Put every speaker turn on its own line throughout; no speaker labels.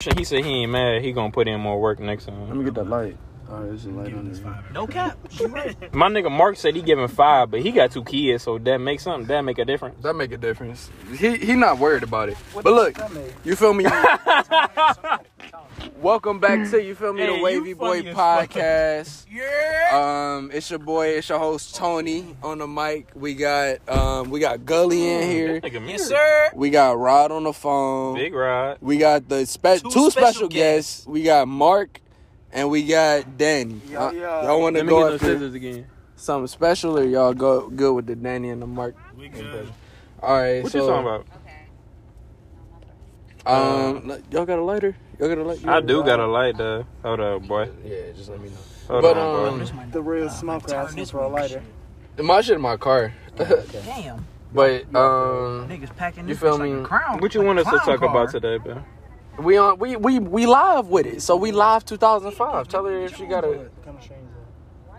Shit, He said he ain't mad. He gonna put in more work next
Let
time.
me get that light. Oh, there's a light on there.
No cap. You right.
My nigga Mark said he giving five, but he got two kids, so that makes something. That make a difference.
That make a difference. He he not worried about it. But look, you feel me? Welcome back to you feel me
Hey,
the
you
Wavy Boy
funny as fuck.
podcast.
Yeah.
Um, it's your boy, it's your host Tony on the mic. We got um, we got Gully
Mm.
in here.
That nigga
Yes, sir.
married.
We got Rod on the phone.
Big Rod.
We got the spe- two,
Two
special,
special
guests. We got Mark and we got Danny.
Yo,
Uh,
yo.
Y'all want to
Let me get
go
those
after
scissors again.
something special or y'all go good with the Danny and the Mark?
We good.
All right.
What
so,
you talking about? Uh,
Um, l- y'all got a lighter? Y'all got a lighter?
I do got a light though. Hold up, boy.
Yeah, just let me know.
Hold
But,
on, boy.
um,
The real smoke
turn
asking
this
for a
one,
lighter.
My shit in my car.
Damn.
but um,
Niggas packing
You
this
feel
bitch like
me?
a crown.
What you
like
want
a
us to
clown
talk
car.
about today, man?
we on we we we live with it. So we live 2005. Tell her if she got a.
Kind of strange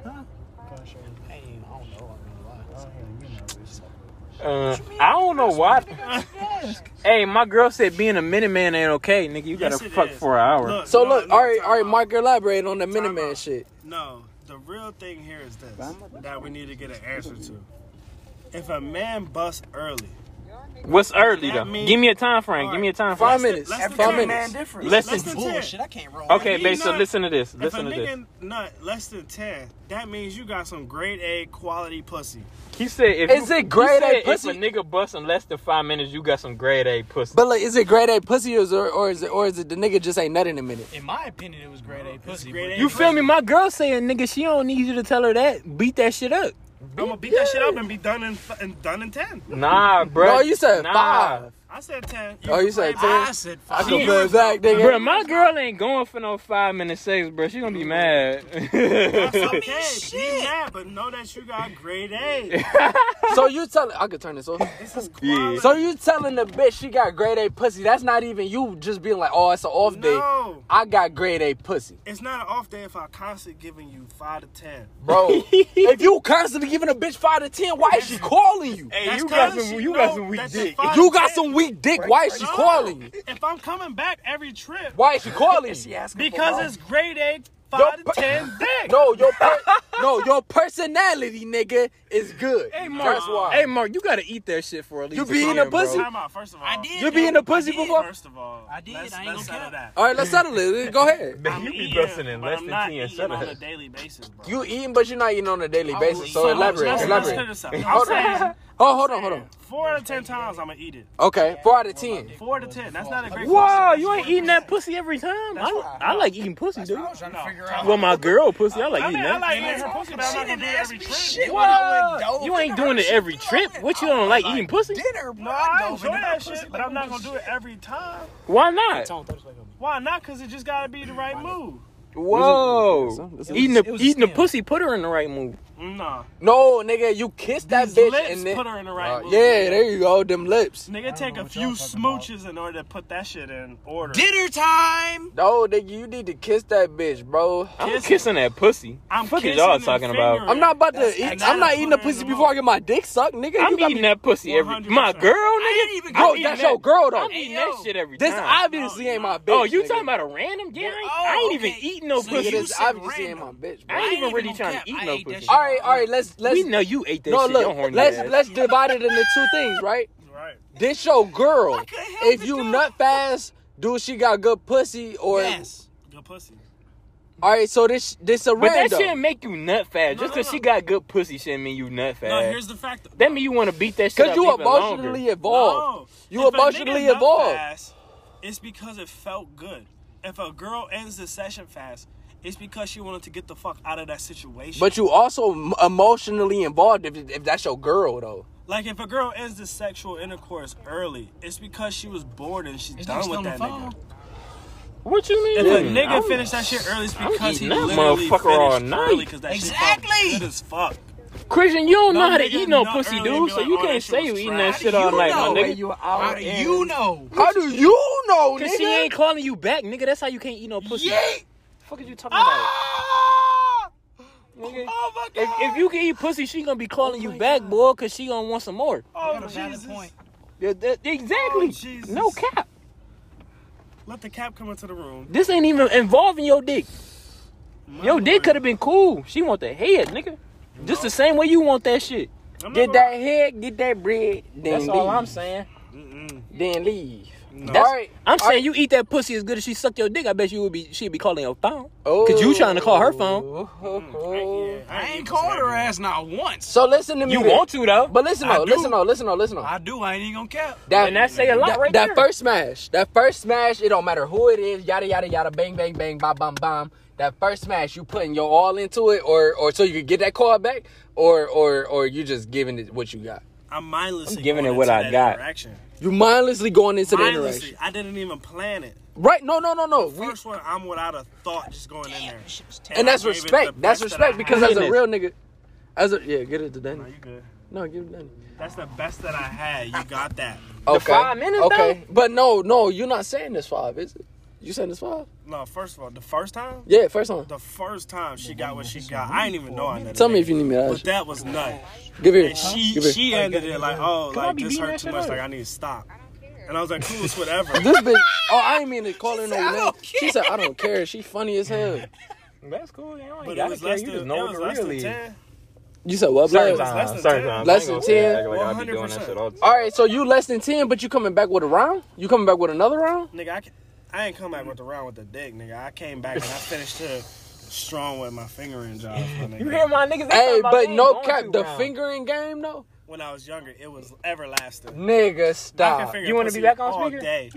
though.
Huh?
Kind of strange.
Hey, I don't know.
I don't hear you know it's-
Uh, I don't know why.
I don't know.
Hey, my girl said being a Minuteman ain't okay, nigga. You gotta
Yes, it
fuck
is.
for an hour.
So
no,
look,
no,
all right,
time
all right,
out.
Mark, elaborate on the
Time
Miniman
out.
shit.
No, the real thing here is this that we need to get an answer to. If a man busts early,
What's early
That
though?
mean-
Give me a time frame. Give me a time
Five
frame.
minutes.
let's
Five
determine-
minutes.
different.
Listen.
less than ten.
Bullshit. I can't roll.
Okay,
If he
babe, so
not-
listen to this.
If a
Listen to this.
nigga nut less than ten, that means you got some grade A quality pussy.
He said, if
Is
you,
it grade
he
A
said
pussy?
If a nigga bust in less than five minutes, you got some grade A pussy.
But like, is it grade A pussy or is it, or is it or is it the nigga just ain't nut in a minute?
In my opinion, it was grade A pussy.
grade
but
A
you feel me? My girl saying, nigga, she don't need you to tell her that. Beat that shit up.
I'm gonna beat that shit up and be done in f- and done in ten.
Nah, bro.
No, you said
nah.
five.
I said ten.
Oh, you said ten.
I said
I
fuck.
can play back, nigga.
Bro, my girl ain't going for no five minute sex, bro. She gonna be mad.
That's okay. Be mad, but know that you got grade A.
so you tell I could turn this off.
This is quality.
Yeah.
So you telling the bitch she got grade A pussy? That's not even you just being like, oh, it's an off day.
no.
I got grade A pussy,
It's not an off day if I constantly giving you five to ten.
bro. if you constantly giving a bitch five to ten, why is she calling you?
hey,
That's
you got
'cause
some,
she
you got
know
some weak
that she
dick.
fine.
You got some weak dick. Why is she
No.
calling you?
If I'm coming back every trip,
Why is she calling you?
because it's grade A five
Yo,
to ten dick.
No, your per- no, your personality, nigga, is good.
Hey, Mark.
That's why.
Hey, Mark, you gotta eat that shit for at least.
You
a
be eating
minute,
a pussy?
bro.
Time out. First of all,
I did.
you being a pussy
I did.
before?
First of all,
I did,
Let's,
I ain't
let's
gonna
settle that.
All right, let's settle it. Go ahead.
Man,
I'm
you be
eating,
busting in
but
less
I'm
than
not
10,
eating
shut
on
up.
a daily basis, bro.
You eating, but you're not eating on a daily basis. So
eating.
elaborate.
Let's, let's
elaborate.
clear this up. I'm
Hold
saying-
on. Oh, hold on, hold on.
Four out of ten times I'm gonna eat it.
Okay, four out of ten.
Four to ten. That's not a great.
Whoa,
pussy.
Oh, you ain't eating that pussy every time.
That's
I,
right.
I like eating pussy, dude.
trying to
No.
figure out.
Well, my girl pussy, I like
I
eating
mean, I
that.
like eating her pussy, but I'm not gonna do it every trip.
What? You ain't doing it every trip. What you don't like eating pussy?
Dinner, bro.
No, I enjoy that shit, but I'm not gonna do it every time.
Why not?
Why not? Cause it just gotta be the right move.
Whoa, eating
it
the
was a
eating the
scam.
pussy put her in the right mood.
Nah.
No, nigga, you kiss that
These
bitch
lips
and then.
put her in the right
Uh,
mood.
yeah, there you go. Them lips.
Nigga, take a few smooches in order to put that shit in order.
Dinner time.
No, nigga, you need to kiss that bitch, bro.
I'm
Kissing.
kissing that pussy.
I'm
Fuck is
kissing
y'all
and
talking
fingering.
about?
I'm not about to. Eat,
and
I'm
that'll
not eating the
put her in
pussy
the
before I
mood.
get my dick sucked, nigga.
I'm
you got
eating
me.
that pussy every. My
100%.
girl, nigga.
even
Bro,
I'm eating
that's
that-
your girl though.
I'm eating that shit every
This
time.
obviously ain't my bitch.
Oh, you
nigga.
talking about a random? Yeah, I ain't,
Oh,
I ain't even
okay.
eating no
So
Nigga,
pussy.
you
this
said
obviously ain't
random.
my bitch,
I
bro.
ain't
ain't
even
even
really
gonna
trying
cap.
to eat
I
no
ate that
pussy.
shit.
All right, all right. Let's let's
we know you ate that
no
shit. Your
look.
horny
Let's
ass.
let's divide it into two things, right?
Right.
This your girl.
couldn't help
If
it,
you
though.
nut fast, do she got good pussy or?
Yes.
Good pussy.
All right, so this this a
But that
random.
shouldn't make you nut fast. Just
No, no,
because
no.
she got good pussy shouldn't mean you nut fast.
No, here's the fact.
that mean you want to beat that shit
Cause
up
you
even
emotionally
longer.
evolved.
No.
You
If a nigga
emotionally
nut
evolved.
fast, it's because it felt good. If a girl ends the session fast, it's because she wanted to get the fuck out of that situation.
But you also m- emotionally involved if, if that's your girl though.
like, if a girl ends the sexual intercourse early, it's because she was bored and she's
Is
done
nigga
with
still
that
on the
nigga.
phone?
What you mean?
If a nigga
I'm-
finished that shit early, it's
I'm
because he
eating that
literally
motherfucker
finished
all
early
night.
because that shit
Exactly.
felt good as fuck.
Christian, you don't know
No
how to
nigga
eat no
nut
pussy,
early and
dude.
be
So
like,
you
oh, that
can't
shit
say you
was
eating
trash.
that
How
shit
do
all
you
night,
know?
my
Wait,
nigga.
How do you know?
How do you know,
Cause
nigga?
she ain't calling you back, nigga. That's how you can't eat no pussy.
Yeet.
Fuck is you talking about? Ah! Nigga.
Oh my god!
If, if you can eat pussy, she gonna be calling you back, boy, cause she gonna want some more.
oh,
Got a valid
Jesus.
point.
Oh, Yeah, that- exactly.
Jesus.
no cap.
Let the cap come into the room.
This ain't even involving your dick. Your dick could have been cool. She want the head, nigga. Just the same way you want that shit.
I'm not
Get
gonna-
that head, get that bread, then
That's
leave.
all I'm saying.
Mm-mm.
Then leave.
That's-
All right.
I'm saying you eat that pussy as good as she sucked your dick. I bet you would be. She'd be calling your phone.
Oh.
'Cause you tryna call her phone.
I ain't- yeah,
Oh, I ain't
even
called her
saying
ass not once.
So listen to me.
You
then.
want to though,
But listen
I
though,
do.
listen though, listen though, listen though.
I do. I ain't even gonna cap.
That,
and that say a lot
that,
right there.
that first smash, that first smash, it don't matter who it is, yada yada yada, bang bang bang, bam bam bam. That first smash, you putting your all into it, or or so you could get that call back, or or or you just giving it what you got.
I'm mindlessly.
I'm giving
going
it what
into
I
that
got.
Interaction.
You mindlessly going into the
Mindlessly.
interaction,
I didn't even plan it.
right? No, no, no, no. We-
First one, I'm without a thought, just going in there.
and
I
that's
gave it the
respect. That's
best that I
respect
had.
because as a
Goodness.
real nigga, as a yeah, get it to
No,
Danny.
you good.
No, give it to Danny.
That's the best that I had. You got that.
Okay.
five minutes,
Okay, but no, no, you're not saying this five, is it? You saying this five?
No, first of all, the first time,
Yeah, first one.
the first time she got what she got, I didn't even know I nutted.
Tell me
nigga.
if you need me to
But
ask. you.
that was nut.
Give here.
And she
Give here.
she ended it like, oh,
I
like
be
this
beating
hurt
that
too
shit
much.
up?
Like I need to stop. And I was like, cool, it's whatever.
This bitch. Oh, I ain't mean to call her no name. She said, "I don't care." She funny as hell.
That's cool. You don't
But
gotta
it was
care.
less
You
than
just
it
know what
was
the
less
real
than
is.
ten.
You said what,
Certain
blood?
Sometimes. less
times,
than
certain
10.
times.
Less
I ain't
than
gonna
10.
act like I be doing that shit all the time.
All right, so you less than ten, but you coming back with a round? You coming back with another round?
Nigga, I, ca- I ain't come back with the round with the dick, nigga. I came back and I finished her strong with my fingering jobs. My nigga.
You hear my niggas? They talking
Hey,
about they
but
ain't
no
going
cap.
too
The
round.
fingering game, though.
When I was younger, it was everlasting.
Nigga,
I can
stop.
finger
You wanna
pussy
be back on
all
speaker?
day.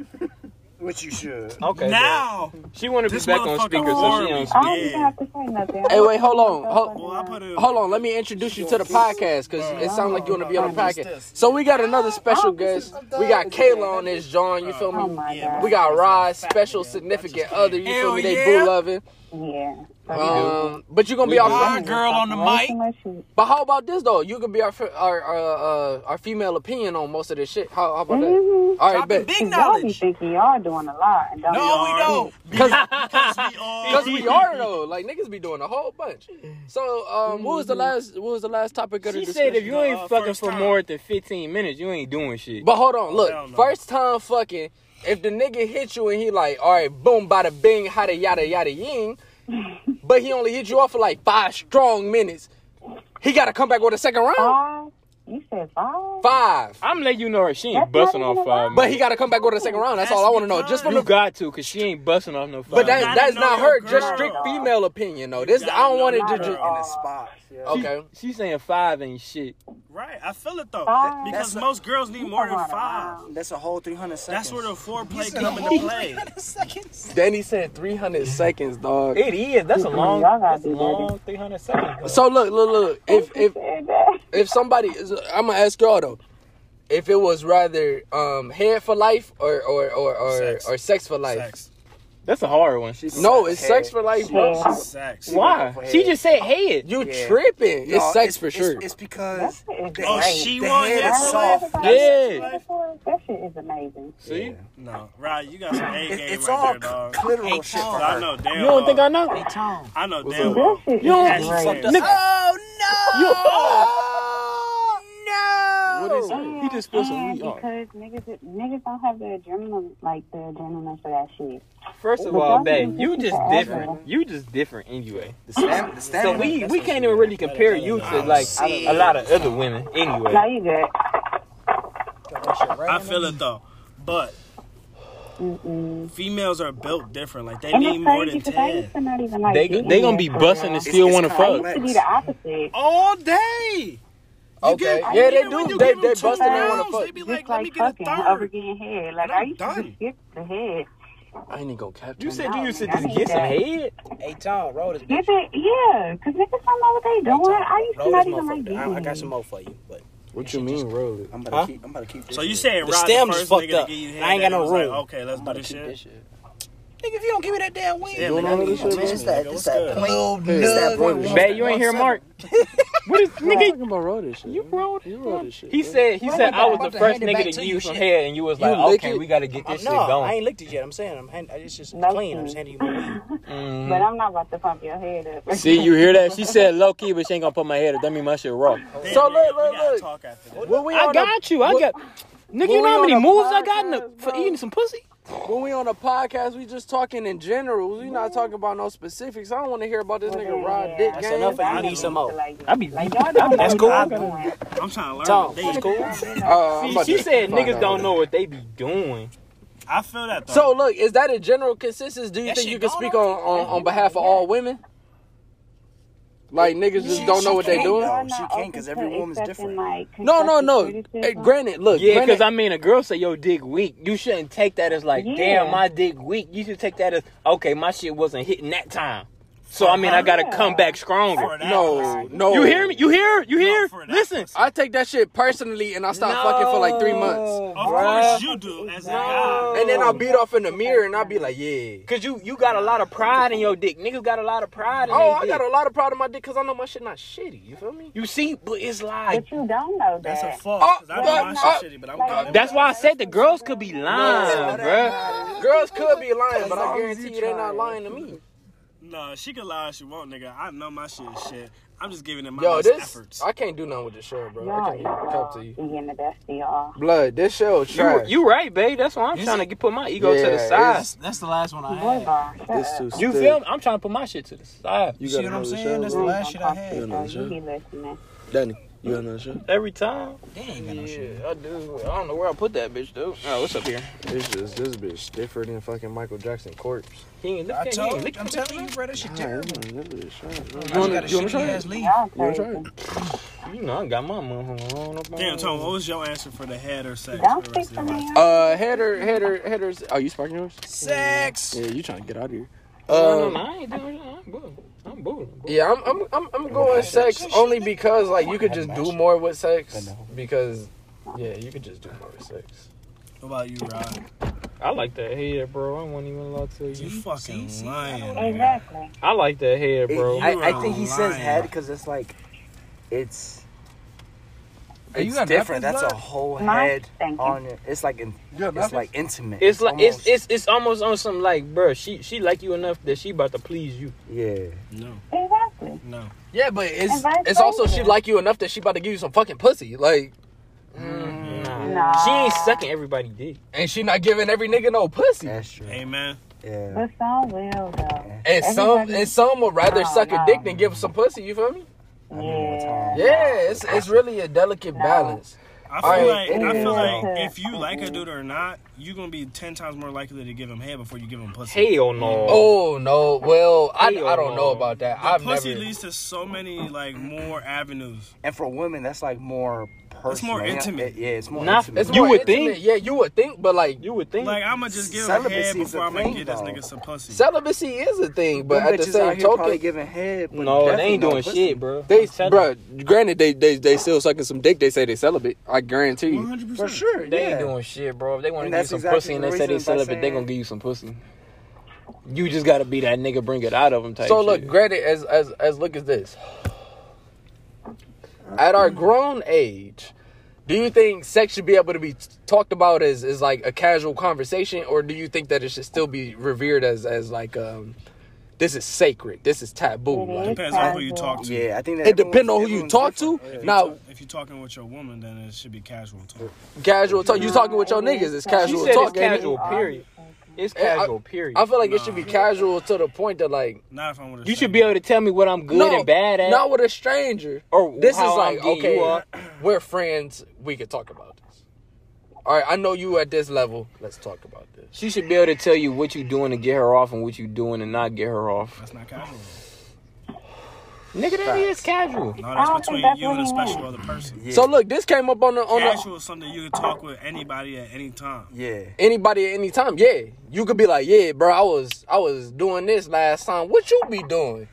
Which you should.
Okay.
Now,
bro. she want to be
this
back on
motherfucker
speaker, so she
horny.
on
Oh,
speaker.
I don't even
Yeah.
have to say nothing.
Hey, wait, hold on, hold-
well, I put it.
Hold on, let me introduce you to the podcast because it sounds like you want to be on the podcast. So we got another special guest. We got Kayla on this John. You feel
Oh
me?
my
Yeah,
god.
We got Rod, special significant other. You feel me? They boo loving.
yeah.
Um, but you gonna be
We
our
do.
My girl on the
Way
mic.
too much shit.
But how about this though? You could be our fe- our our, uh, our female opinion on most of this shit. How, how about
Mm-hmm.
that?
Mhm.
All right,
Dropping
bet.
big
Y'all be
knowledge.
thinking y'all doing a lot. And don't
No, we don't.
Because we are though, like niggas be doing a whole bunch. So, um, what was the last? What was the last topic of the
Mm-hmm. She
discussion?
said if you
uh,
ain't fucking
first
for
time.
more than 15 minutes, you ain't doing shit.
But hold on,
Hell
look.
no.
First time fucking, if the nigga hit you and he like, all right, boom, bada bing, hada yada yada ying, but he only hit you off for like five strong minutes, he gotta come back with a second
Uh,
round.
Five? You said five?
Five.
I'm letting you know her. She ain't
That's
busting
not
off
even
five.
allowed.
But he gotta come back with a second round. That's all I want to know. Just from
you
the.
got to, cause she ain't busting off no five.
But
You
that,
gotta
that's
know
not
your
her. Just
girl.
strict female opinion though. This
gotta
I don't
know
want
your
to.
girl.
Just,
Oh.
In the spots, yeah.
she,
okay.
she saying five ain't shit.
Right, I feel it though,
Five.
because
That's a-
most girls need more than
Come on
five.
around.
That's a whole 300 seconds.
That's where the foreplay come into play.
Danny said 300 seconds, dog.
It is. That's a long,
Y'all gotta
that's a
be
long 300 seconds.
So look, look, look. If if
Said that.
if somebody I'm gonna ask y'all though, if it was rather um head for life or or or or
Sex.
sex, or sex for life.
Sex,
That's a hard one.
She
No,
said
it's sex
head.
for life,
She-
bro.
Yeah.
sex.
Why?
Go
She
ahead.
just said head.
You
Yeah.
tripping?
No,
it's sex for sure.
It's, it's because
That shit is
Oh,
great.
she
The
won
head
yes.
is
Y'all
soft.
ever got that
Yeah.
shit before? That shit is amazing.
See?
No, right, you got some A
It-
game
it's
right
all
there, dog. Oh,
clitoral shit for
I
her.
know damn.
You don't think I
well.
know?
I know damn.
That
well.
shit
You don't-
is
That's
great.
fucked up.
Oh,
What is
And-
it? He just spilled some
and
weed. Oh.
uh, Because niggas, niggas don't have the adrenaline, like the adrenaline for that shit.
First of
But
all,
y'all
babe,
niggas
you
just
just
forever.
different. You just different anyway.
The stamina. The stamina
So we
that's
we
what
can't
she
even
did.
really compare you to like a lot of other women
Now
anyway.
you good.
Got that shit right
I
in
feel
there.
it though, but
Mm-mm.
females are built different. Like they
And
need
it's
more
crazy
than
because I
ten.
used to not even like.
They
dating
they gonna be
men, for
busting
real.
and still
It's-
want to
it's
I
fuck.
used to be the opposite.
All day.
Okay.
give-
yeah, they
even when
do.
you
They
give them
they
two
busting. They want
rounds,
to
They
fuck.
be
Just
like,
like,
let me get a
fucking over
third.
getting head. Like
And
I
I'm
used to
done.
just get the head.
I ain't even gonna cap.
You
that.
said you used to
I
just
need
get some
that.
head.
Hey, Tom, roll this
Get
bitch.
the yeah, because niggas don't know what they doing. I used to
Roll
not
this
even like
motherfucker.
dating.
I, I got
men.
some more for you, but
What you mean, roll it?
I'm about to
Huh?
keep. I'm about to keep this.
So you
shit.
saying Rod
the stem
first
is fucked
nigga to
up?
give you head
I ain't got
and
no
it was like,
room.
okay, let's
I'm
do
about to
this
keep
shit.
this shit. Nigga, if you don't give me that damn wing,
Yeah,
You don't
nigga,
know
I
that
need
shit,
to
bro?
teach
it's
me,
that,
nigga,
it's
what's
that
good?
point.
Hey.
It's that point.
Babe, you ain't hear Mark. What is nigga?
Talking about roll this shit.
You rolled.
You rolled this shit.
He said he said
about-
I was
about
the
to
first
hand it back
nigga to
to
give
you,
you some
shit.
head, and you was
You
like,
lick
okay,
it?
we gotta get this shit
no, I
going.
ain't licked it yet. I'm saying I'm hand, it's just
No
clean. I'm
food.
just handing you my weed.
Mhm.
But I'm not about to pump your head up.
See, you hear that? She said low key, but she ain't gonna put my head up. That mean my shit raw.
Damn,
So look, look,
nigga, we gotta
look.
Talk after this.
When we
I
on
got you. I
what-
got. Nigga, you
we
know how
on
many
a
moves I got in the,
podcast,
for
bro?
eating some pussy?
When we on a podcast, we just talking in general. We not talking about no specifics. I don't want to hear about this nigga Rod Dick
That's
game.
Uh,
enough of you.
I
Need some more.
Like,
I be-
like y'all don't
that's
know what
cool.
y'all doing.
I'm trying to learn.
Tom,
They-
it's cool.
Uh, I'm
See,
about
she
to
said
find
niggas
out.
don't know what they be doing.
I feel that though.
So look, is that a general consensus? Do you
That
think
shit
you can
gone
speak on,
on?
on, on behalf of all women? Like niggas just don't know what they
can't,
doing.
though.
Y'all not
She can't 'cause
open
every
to
woman's
accepting,
different.
Like,
No, no, no.
constructive
Hey,
criticism.
granted, look,
Yeah,
granted,
because I mean, a girl say your dick weak. You shouldn't take that as like,
Yeah.
damn, my dick weak. You should take that as, okay, my shit wasn't hitting that time. So I mean, I gotta
Yeah.
come back stronger.
For that,
No, no.
You hear me? You hear? You hear?
for that.
Listen.
I take that shit personally, and I stopped fucking for like three months,
Of course you do as a guy.
and then I beat off in the mirror, and I be like, yeah.
Cause you you got a lot of pride in your dick. Niggas got a lot of pride in
Oh,
their
I
dick.
got a lot of pride in my dick because I know my shit not shitty. You feel me?
You see, but it's like
But you don't know that.
That's a fuck.
Oh,
'cause I know
but-
my
oh,
shit shitty, Oh, but I'm calling
that's why I said the girls could be lying, bruh.
Girls could be lying, but
long
I
as
guarantee
you
you they're not
trying.
lying to me.
No, she can lie if she want, nigga. I know my shit is shit. I'm just giving it my
Yo,
best
this
efforts.
I can't do nothing with this show, bro. I
Y'all,
can't even talk to
you
you.
getting the best of y'all.
Blood, this show is
You,
trash.
you right, babe. That's why I'm
You
trying
see-
to get, put my ego to the
Yeah,
side.
it's-
That's the last one I
Boy,
had.
bar. Shut
This
up.
too
You
thick.
feel me? I'm trying to put my shit to the side
You
See
got
what I'm
another
saying? That's the
show?
last shit I
You
Yeah,
had.
no,
know,
sure.
you be listening.
Danny, you got another show?
every time.
They ain't got no shit.
Yeah, I do. I don't know where I put that bitch though. Oh, what's up here?
It's just this bitch stiffer than fucking Michael Jackson corpse.
He ain't look
I
at he
told
ain't
you,
look
I'm
at-
telling you, bro, that shit
Damn,
terrible.
that bitch shot, bro.
I just got a
you wanna try
shitty
it?
ass lead.
Y'all
wanna
crazy.
try it?
You know, I got my mama on up on-
Damn, Tom, what was your answer for the head or sex?
Don't
for the
speak
rest of
for
your life?
me.
Uh, header, header, headers. Oh, you sparking yours?
Sex.
Yeah, you trying to get out of here?
Um,
No, no,
Uh,
no, I ain't doing that. I'm good. I'm good.
Yeah, I'm I'm I'm, I'm going sex only because like you could just do more with sex because yeah, you could just do more with sex.
What about you, Rod?
I like that head, bro. I won't even lie to
You
you.
fucking lying. nigga.
Exactly.
I like that head, bro.
you
I, I
are
think he says
lying.
head because it's like, it's.
Are you
It's
got
different.
Baptist
That's a
blood?
whole
Mine?
head
Thank you.
on it. It's like in, it's like intimate.
It's like it's
almost-
it's it's almost on some like, bro. She she like you enough that she about to please you.
yeah.
No,
Exactly.
no.
Yeah, but it's
And vice
it's also
versa.
she like you enough that she about to give you some fucking pussy, like,
Mm.
Nah.
Nah.
She ain't sucking everybody dick.
and she not giving every nigga no pussy.
That's true.
Hey, man.
Yeah.
But some will, though.
And some
Everybody-
and some would rather
Oh,
suck a
no.
dick than give some pussy. You feel me?
Yeah.
Yeah, it's it's really a delicate balance.
I
All
feel
right.
like I feel
Yeah.
like if you like a dude or not, you gonna be ten times more likely to give him head before you give him pussy.
Hell no.
Oh no, well I, I don't know about that.
The
I've
pussy
never.
leads to so many like more avenues.
And for women, that's like more personal.
more intimate.
Yeah, it's more
Nah,
intimate.
It's
You
more
would
intimate.
think.
Yeah, you would think, but like
You would think.
Like I'ma just give him head
Celibacy's
before
a
I'm gonna
thing,
get this
though.
nigga some pussy.
celibacy is a thing, but
Them
at the
bitches out
same
here probably
token,
giving head. but
no, they
definitely
ain't
no
doing
pussy.
shit, bro.
they,
I'm telling
bro. Granted, they they they still sucking some dick. They say they celibate. I guarantee
One
you.
hundred
For
percent.
sure.
you, they
yeah.
ain't doing shit, bro. If they want to give
And
you
that's
some
exactly
pussy and
the
they say they
reason by
celibate, they
saying-
gonna give you some pussy. You just gotta be that nigga, bring it out of them type.
so look,
shit.
granted, as as as look at this. At our grown age, do you think sex should be able to be talked about as as like a casual conversation, or do you think that it should still be revered as as like um, this is sacred, this is taboo?
It
Like,
is
Depends on who you talk to.
Yeah, I think that
It depends
everyone's-
on who you
everyone's
talk to.
different.
now,
If you're talking with your woman, then it should be casual talk.
casual talk. You talking with your niggas? It's
she
casual
said it's
talk. ain't it?
casual. Period. It's
Hey, I-
casual. Period.
I feel like it should be casual to the point that like
Not if I'm with a
you should be
stranger.
able to tell me what I'm good
no,
and bad at.
not with a stranger.
Or
this
how
is like
I'm getting you
okay,
up.
we're friends. We could talk about this. All right, I know you at this level. Let's talk about this.
She should be able to tell you what you doing to get her off and what you doing to not get her off.
That's not casual.
Nigga, that is casual.
No,
I
that's
don't think
between
that's
you
what
and a
he meant.
special other person.
Yeah.
So look, this came up on the on the,
Casual is something you can talk with anybody at any time.
Yeah.
anybody at any time. Yeah, you could be like, yeah, bro, I was I was doing this last time. What you be doing?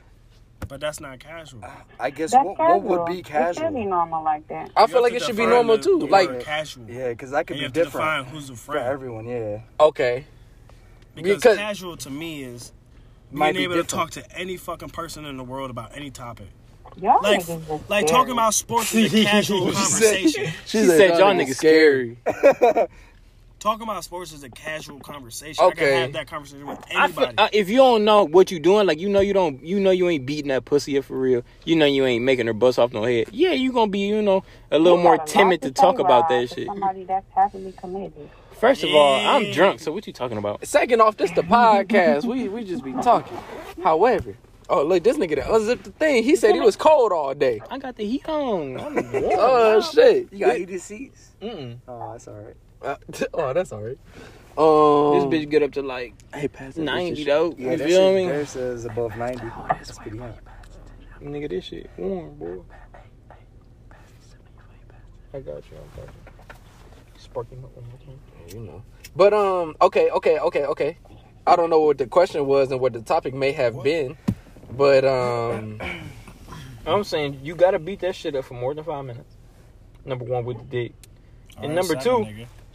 But that's not casual.
I guess
That's
what,
casual.
what would be
It should be
casual?
normal like that.
I
You
feel
have
like
to
it should be
define
normal
the-
too.
the
like
word casual.
Yeah, because that could be
And you have to define
different
who's a
for
friend.
everyone. Yeah.
okay,
Because,
because-
casual to me is being
Might be
able to talk
different.
to any fucking person in the world about any topic.
Y'all
Like,
niggas just
like
scary.
talking about sports is a casual conversation.
She,
said y'all niggas scary.
Talking about sports is a casual conversation. I
Okay.
can have that conversation with
I feel,
anybody.
uh, if you don't know what you doing, like you know you don't, you know you ain't beating that pussy up for real. You know you ain't making her bust off no head. Yeah, you gonna be, you know, a
You
little more
got a lot
timid to
say,
talk about
Rob,
that
for
shit.
Somebody that's happily committed.
First of all, I'm drunk, so what you talking about?
Second off, this the podcast. We we just be talking. However, oh look, this nigga that unzipped the thing. He said he was cold all day.
I got the heat on. I'm warm.
Oh shit.
You got heated seats?
Mm-mm.
Oh, that's all right.
Uh, oh, that's all right. Um,
This bitch get up to like
Hey, pass
90 though.
Yeah,
you
that
feel
shit
me?
there says above 90. That's pretty hot.
Nigga, this shit warm, boy. I got you. I got you. Sparking up one more time.
you know. But um, okay, okay, okay, okay. I don't know what the question was and what the topic may have been, but um,
I'm saying you gotta beat that shit up for more than five minutes. Number one with the dick, and number two,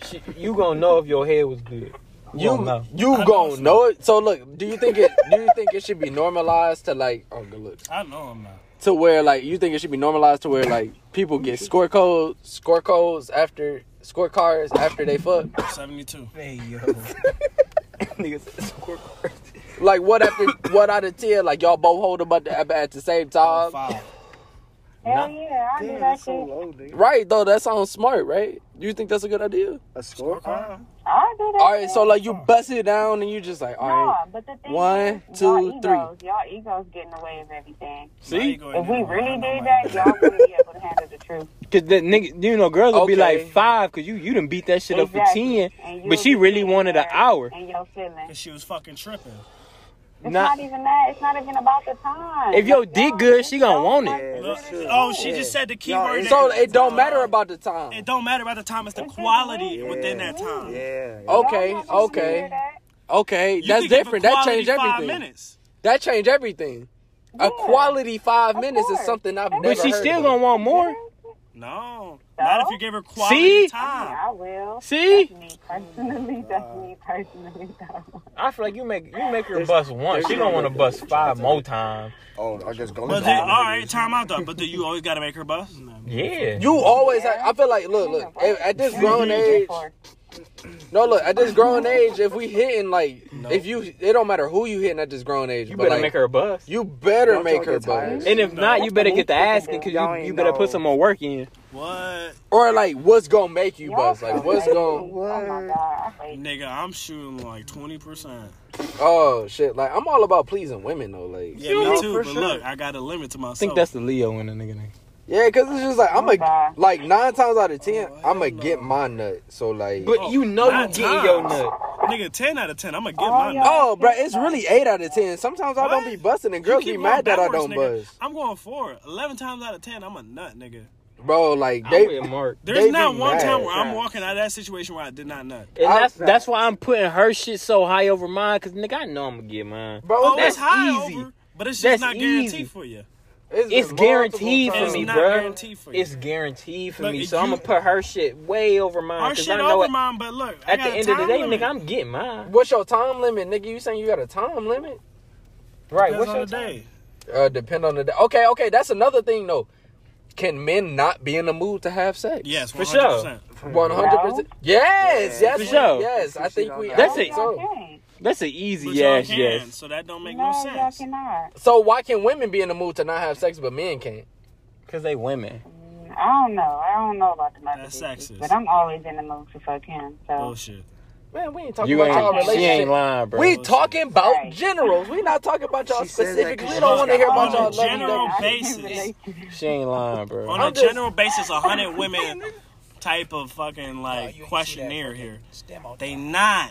she, you gonna know if your head was good.
you
gonna know.
you
I know
gonna
it's
know it. So look, do you think it? do you think it should be normalized to like? Oh, good looks.
I know I'm not.
to where like you think it should be normalized to where like people get score codes, score codes after score cards after they fuck.
72.
Hey, yo.
Like what after what out of ten? Like y'all both hold them up at, at the same time,
Five.
Hell yeah, I
Damn,
do that
that's
shit.
so low, nigga.
right? Though that sounds smart, right? You think that's a good idea?
A scorecard?
I do that
All right,
shit.
so like you bust it down and you just like all
Nah,
right.
but the thing
One,
is,
two,
y'all
three.
egos, y'all egos get in the way of everything.
See,
Now you
If
go
we
in there. I
really
know
did
my-
that, y'all wouldn't be able to handle the truth.
cause that nigga, you know, girls will be
Okay.
like five, cause you you done beat that shit up for ten,
Exactly. And
but
you'll
she
be
really
sitting
wanted an
there
hour.
And your feelings.
And she was fucking tripping.
It's
Nah.
not, even that. It's not even about the time.
If your
Like,
dick
y'all-
good, she gonna want it.
Yeah,
Look,
that's true.
oh, she just said the key
No,
word.
it's-
So
that-
it don't matter about the time.
It don't matter about the time. It's the
It's just
quality
rude.
within that time.
Yeah.
y'all
Oh, Okay,
not gonna hear
okay,
that.
okay.
You
That's
could give a
different. That
quality
changed
five
everything.
minutes.
That changed everything. A
Yeah.
quality five
Of
minutes is
course.
something I've never.
But she
heard
still
of.
gonna want more.
No, not if you gave her quality
See?
I, mean,
time.
I will.
See?
That's me personally. That's me personally. though.
I feel like you make you make her
There's-
bust once.
there's
She gonna
no
want to
way
bust
to-
five more times.
Oh, I just go.
But then, all right, time out though. But then you always gotta make her bust.
Yeah.
You always, I, I feel like, look, look, at, at this
That's
grown
what you
age,
get for.
no, look, at this grown age, if we hitting, like, if you, it don't matter who you hitting at this grown age,
You
but
better
like,
make her bust.
you better
Don't
make
y'all
her
get tired?
buzz.
And if not, you better get the ass
Y'all
because you,
ain't
you better put
know.
some more work in.
What,
Or like, what's gonna make you
Y'all
buzz?
so
Like, what's
crazy.
gonna,
Oh my
What?
god. I hate
nigga? I'm shooting like twenty percent.
oh shit, like, I'm all about pleasing women though, like,
Yeah,
know,
me too.
for
But
sure.
look, I got a limit to myself.
I think that's the Leo in the nigga name.
yeah, cause it's just like, I'm
Bye.
a, like, nine times out of ten,
Oh,
I'm gonna
hell no.
get my nut, so like,
But you know you
Oh, nine
getting your
times.
nut.
nigga ten out of ten. I'm gonna get
Oh,
mine.
yeah.
oh, bruh, it's really eight out of ten, sometimes I don't
What?
be busting and
You
Oh, girls
keep
be
going
mad that I
backwards,
don't
nigga.
buzz,
I'm going forward. Eleven times out of ten, I'm a nut, nigga.
bro, like,
I'm
they,
with Mark.
There's
They
not
be
one
mad,
time where I'm
yeah.
walking out of that situation where I did not nut.
And
I-
that's that's why I'm putting her shit so high over mine because nigga I know I'm gonna get mine.
bro,
Oh,
that's
it's high
easy.
over, but it's
That's
just not
easy.
guaranteed for you.
It's
been multiple
guaranteed
times.
for
It's
me,
not
bro.
guaranteed for you.
It's guaranteed for
Look,
me,
if
so I'm
you-
gonna put her shit way over mine
Our
because
shit
I know
over
it,
mine, but look, I
at the
got a
end of the
time
day,
limit.
nigga, I'm getting mine.
What's your time limit, nigga? You saying you got a time limit?
Right?
Depends
What's
on
your
the
time?
day.
Uh, depend on the day. Okay, okay, that's another thing though. Can men not be in the mood to have sex?
Yes, 100%.
For sure.
one hundred percent. Yes, yes,
For
we-
sure.
yes. I think we.
That's
I
it.
think
Y'all
So.
can't.
That's an
But
easy
y'all
yes,
can,
yes.
so that don't make no,
No, y'all
sense.
cannot.
So why can women be in the mood to not have sex, but men can't?
Because they women.
I don't know. I don't know about the mother.
That's
bitches,
sexist.
But I'm always in the mood to fuck him. So
Bullshit.
Man, we ain't talking
You
about y'all
ain't. She ain't
relationship.
lying, bro.
We talking about
Right.
generals. We not talking about y'all
She says that
specifically.
'cause
We don't
she's
want to hear
got
about
on
y'all.
a
lovey-dovey.
general
I can't
basis.
relate to
she ain't lying, bro.
On
I'm
a
just-
general basis, a hundred women type of fucking like
you ain't
questionnaire
see that
here.
Stem out.
They not.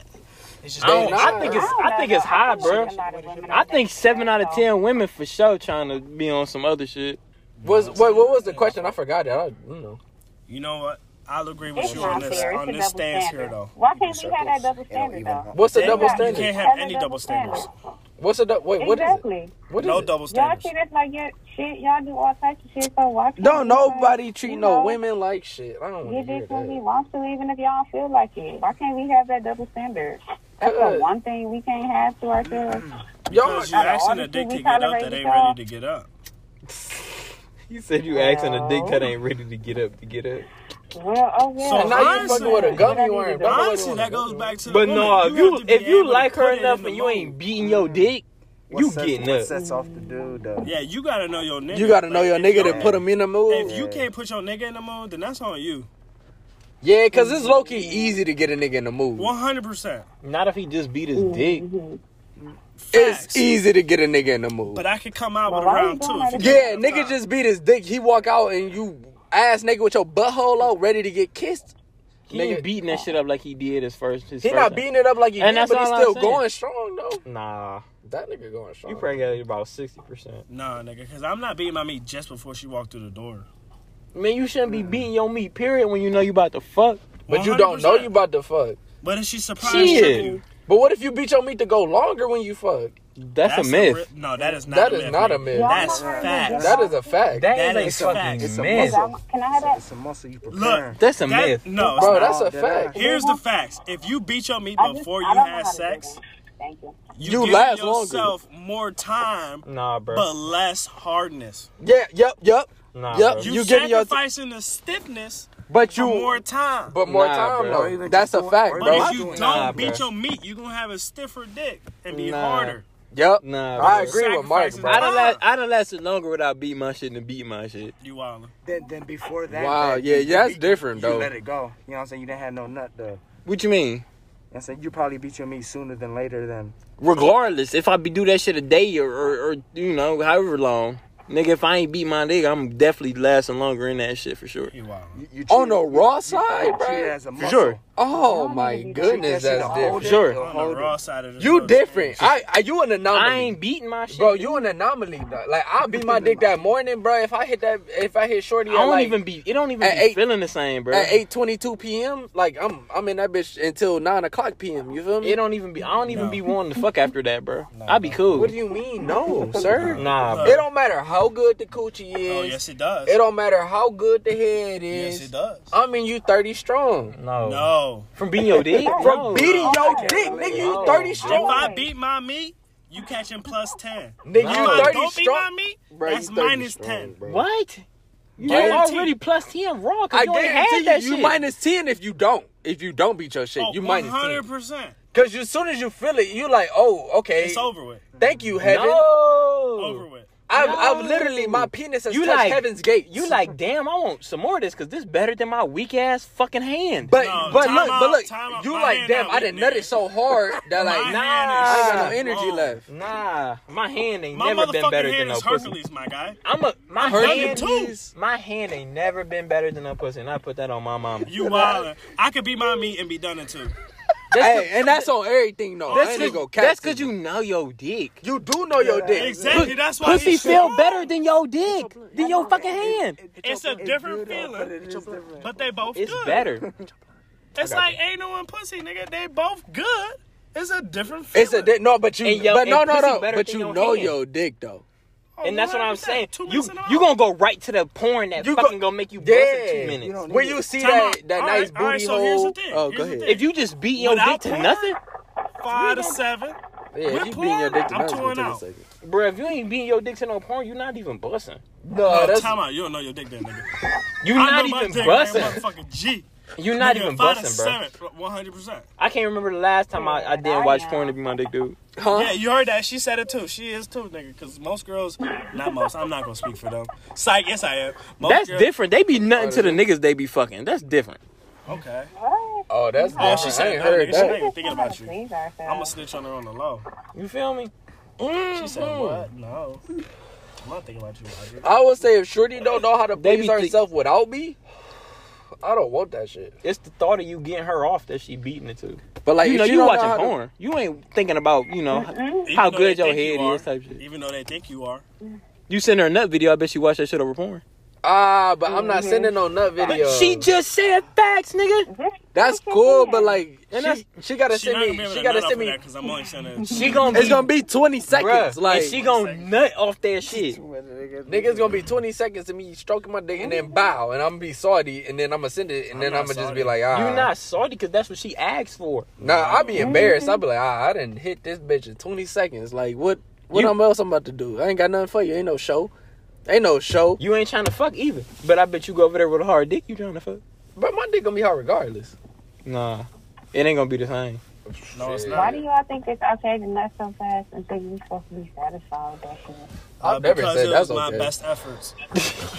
It's just
I, don't, I
They
think
not.
it's I think it's high, bro. I think seven out of ten women for sure trying to be on some other shit.
Was wait, what was the question? I forgot it. I, you know.
You know what? I'll agree with
It's
you on
not
this
fair.
on
It's a
this
double
stance here
standard.
though.
Why can't we have that double standard though?
What's the
They
double
not- You
standard?
can't have
Have
any
a
double
double
standards.
What's the du- wait? What is it?
Exactly.
What is
No
it?
double
Y'all
standards.
treat us like your shit. Y'all do all types of shit. So why can't
Don't
we, uh,
nobody treat
you
no
know,
women like shit. I don't
Get
want to hear
this when we
that.
want to, even if y'all feel like it. Why can't we have that double standard? That's the
Cause-
one thing we can't have to ourselves.
Y'all,
Because you're asking
honestly,
a dick
we
to get up
tolerate
that ain't
y'all.
ready to get up.
You said you asking a dick that ain't ready to get up to get up.
Well, oh yeah.
So
and now you
Honestly.
fucking with a gummy worm. Don't
But
nobody
Honestly,
wanna
that
go
goes
through
back to. the
But
woman.
no, if you
have to be
if you
able to
like
put
her
it in
enough
the
and you
mold.
ain't beating your dick,
What
you
sets-
getting
what
up.
sets off the dude though?
Yeah, you gotta know your nigga.
it. You gotta know
Like,
your
if
nigga
you-
to put him in the mood.
If you can't put your nigga in the mood, then that's on you.
Yeah, cause it's low key easy to get a nigga in the mood.
One hundred percent.
Not if he just beat his dick.
Mm-hmm.
It's easy to get a nigga in the mood.
But I could come out
Well,
with a
why you
round
doing
two.
that
if you
yeah,
want
nigga
to.
just beat his dick. He walk out and you ass nigga with your butthole out, ready to get kissed.
He
Nigga.
ain't beating that shit up like oh. he did his first. His
He
first
not beating it up like he
And
did,
that's
but he's
all I'm
still
saying.
going strong though.
Nah,
That nigga going strong.
you probably got it about sixty percent.
Nah, nigga, because I'm not beating my meat just before she walked through the door.
Man, you shouldn't be beating your meat. Period. When you know you about to fuck.
but you don't know
100%.
you about to fuck.
But if she surprised
Shit.
you,
But what if you beat your meat to go longer when you fuck?
That's, a myth.
re- no, that is not.
That
a
is
myth,
not a
nigga.
myth.
That's facts.
That is a fact.
That
ain't
is facts.
It's a
myth.
muscle.
Can I have that?
It's a muscle you preparing.
Look,
That's a
that-
myth.
No, it's
Bro,
not.
that's
Oh,
a
that
fact.
Here's the facts. If you beat your meat
I just-
before
I
you
don't know
had
how to do
sex,
that. Thank you.
you,
You
give
last longer.
yourself more time,
Nah, bro.
but less hardness.
Yeah, yep, yep.
nah,
Yup,
bro.
You,
You giving your-
sacrificing the stiffness
But
for
you
more time. But,
but more
Nah,
time
bro.
though. That's a fact,
But
bro.
if you don't
Nah,
beat
bro.
your meat, you're gonna have a stiffer dick and be
Nah.
harder.
Yep.
Nah,
I
bro.
agree with Mark, bro.
I done, last, I done lasted longer without beating my shit than beating my shit.
You wildin'.
Then, then before that.
Wow,
that-
yeah,
you-
yeah, that's
you-
different,
you
though.
let it go. You know what I'm saying? You didn't have no nut, though.
What you mean?
I'm saying you probably beat your meat sooner than later than
Regardless, if I be do that shit a day or, or, or you know however long, nigga, if I ain't beat my nigga, I'm definitely lasting longer in that shit for sure.
You wildin'.
you, you
On
treat-
the
you-
raw
you-
side,
you treat
bruh?
it as a
For
muscle.
sure.
Oh my goodness,
Treat that shit
that's
to hold
different.
it,
Sure.
to
On
hold
the
it.
raw side of the
You different. I, I you an anomaly.
I ain't beating my shit.
Bro, you an anomaly. Bro. Like I'll beat my dick that morning, bro. If I hit that, if I hit shorty,
I
at
don't
like,
even be. It don't even
at
be
eight-
feeling the same, bro.
at eight twenty two p.m. Like I'm I'm in that bitch until nine o'clock p.m. You feel me?
It don't even be. I don't even
No.
be wanting to fuck after that, bro. I be cool.
what do you mean, no, sir?
Nah, bro.
It don't matter how good the coochie is.
Oh yes, it does.
It don't matter how good the head is. Oh.
Yes, it does.
I mean, you thirty strong.
No.
No.
From beating your dick?
From beating your
Okay.
dick, nigga, you
No.
thirty
If
strong.
I beat my meat, you catching plus ten.
Nigga,
If
you
I
thirty
don't beat my
strong.
meat,
Bro, you
that's
30
minus
strong,
ten.
bro.
What? You
Guaranteed.
already plus 10 raw because
I
you ain't had
guarantee
that
you, you
shit.
minus ten if you don't. If you don't beat your shit,
Oh,
you minus ten.
hundred percent.
Cause you, as soon as you feel it, you like, oh, okay.
It's over with.
Thank you, heaven.
No.
Over with.
I've, I've
No.
literally my penis has
You
touched
like-
heaven's gate.
You like, damn, I want some more of this because this better than my weak ass fucking hand.
but
No,
but
time
look,
out,
but look,
time out.
you
My
like,
hand
damn,
not
I done
weak,
nutted
nigga.
so hard that
My
like, nah,
hand
I
is
ain't got no
so
energy
long.
left.
nah, my hand ain't
My
never been
motherfucking
better than
hand
no
is
pussy.
Hercules, my guy.
I'm a my
Hercules
hand.
too.
My hand ain't never been better than no pussy, and I put that on my mama.
You wildin'. I could beat my meat and be done in two.
Hey, and that's on everything though. I ain't gonna go cap
That's
to
because you know your dick.
You do know your dick.
Exactly. That's why
Pussy
it's-
feel better than your dick, than your fucking hand.
It's a
But
different feeling,
it is different.
but they both
It's
good.
better.
It's like ain't no one pussy, nigga. They both good. It's a different feeling.
It's a dick. No, but you.
And yo-
but no,
and
no,
pussy
no.
better
But
than
you
your
know
hand.
your dick though.
Oh,
And that's what I'm
100%.
saying.
Two
You
minutes in a row.
you gonna go right to the porn that
You go-
fucking gonna make you bust in two
Yeah.
minutes.
don't
When you see
Time
that
out.
that
All
nice
right, all right,
booty
so here's the
hole.
thing.
Oh, go
Here's the
ahead.
thing.
If you just beat your
Without
dick to
porn?
nothing,
five to seven.
Oh,
Yeah,
With
if you beating your
porn,
dick to
I'm
nothing,
torn
take a
out.
second.
bro, if you ain't beating your dick to no porn, you're not even busting.
No,
Oh,
that's
time out. You don't know your dick, then, nigga.
You're
I
not
know my
even
dick like a
busting.
Motherfucking G.
You're not
Nigga,
even
five to
busting, bro.
seven, 100%.
I can't remember the last time I, I didn't watch porn to be my dick, dude.
huh?
Yeah, you heard that. She said it too. She is too, nigga. Because most girls, not most, I'm not going to speak for them. Psych, yes, I am. Most
That's
girls-
different. They be nothing to the niggas they be fucking. That's different.
Okay.
Oh, that's
Oh,
different.
she
I
said
ain't
no,
heard
nigga. She
that.
ain't even thinking about you.
Please, ourselves.
I'm going to snitch on her on the low.
You feel me?
She said, what? No. I'm not thinking about you, Audrey.
I would say if Shorty don't know how to
They be
please
thick.
herself without me, I don't want that shit.
It's the thought of you getting her off that she beating it to.
But like,
you
if
know,
she
you
don't
watching
know how to- Mm-hmm.
porn. You ain't thinking about you know
Even
how
though
good
they
your
think
head
you
is
are,
type shit.
Even though they think you are.
You send her a nut video. I bet she watched that shit over porn.
Ah, but I'm not sending no nut video.
She just said facts, nigga.
that's cool, but like,
And
she, she gotta send me. She gotta send me.
Because I'm only sending.
She gonna
It's
be,
gonna be 20 seconds.
bruh,
like
and she gonna nut off that shit.
niggas gonna be 20 seconds of me stroking my dick and then bow, and I'm gonna be salty, and then I'm gonna send it, and
I'm
then
not
I'm gonna just
salty.
be like, ah,
You not salty because that's what she asked for.
Nah, I'll
Mm-hmm.
be embarrassed. I'll be like, ah, I didn't hit this bitch in 20 seconds. Like, what? What
You-
else I'm about to do? I ain't got nothing for you. Ain't no show. Ain't no show.
You ain't trying to fuck either. But I bet you go over there with a hard dick. You trying to fuck?
But my dick gonna be hard regardless.
Nah, it ain't gonna be the same.
No, it's
Why
not.
do y'all think it's okay to nut so fast and think you're supposed to be satisfied with that shit?
Uh,
I've never
because
said
it
that's
was my
okay.
best efforts.
Uh,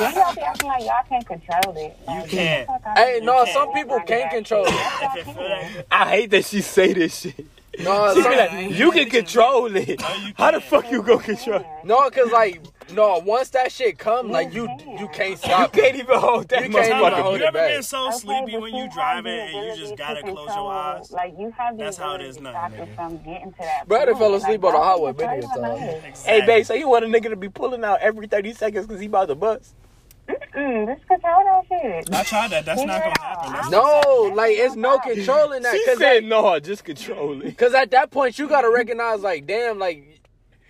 Then y'all be acting like y'all can't control it. Like,
You can.
what the fuck I
Hey,
do?
no,
Like,
some people
like,
can't control it.
If it
that's y'all
feel
can.
like
I hate that she say this shit.
No,
She be
some-
like, you can control it.
No, you
How the
can't.
fuck you gonna control? it?
no, cause like, no, once that shit come, like you, you can't
You
stop. it.
can't even hold that
You can't
Time
even
out.
fucking
motherfucker.
hold
You
it
ever
back.
been so
Okay,
sleepy
but
when
you
you
have
driving
the
and you
ability
just
to
gotta close
control-
your eyes?
Like you have the
That's how it
ability
is
to
now,
stop
nigga.
it from getting to that.
Brother
point.
fell asleep
Like,
on the
y'all
highway
can
many
control
times.
it.
Hey, babe,
Exactly.
so you want a nigga to be pulling out every 30 seconds because he about to bust?
Mm, this control that shit.
I tried that. That's not gonna happen. That's
No, like it's no controlling that.
She
Cause,
said,
like,
no, just control it.
cause at that point you gotta recognize, like, damn, like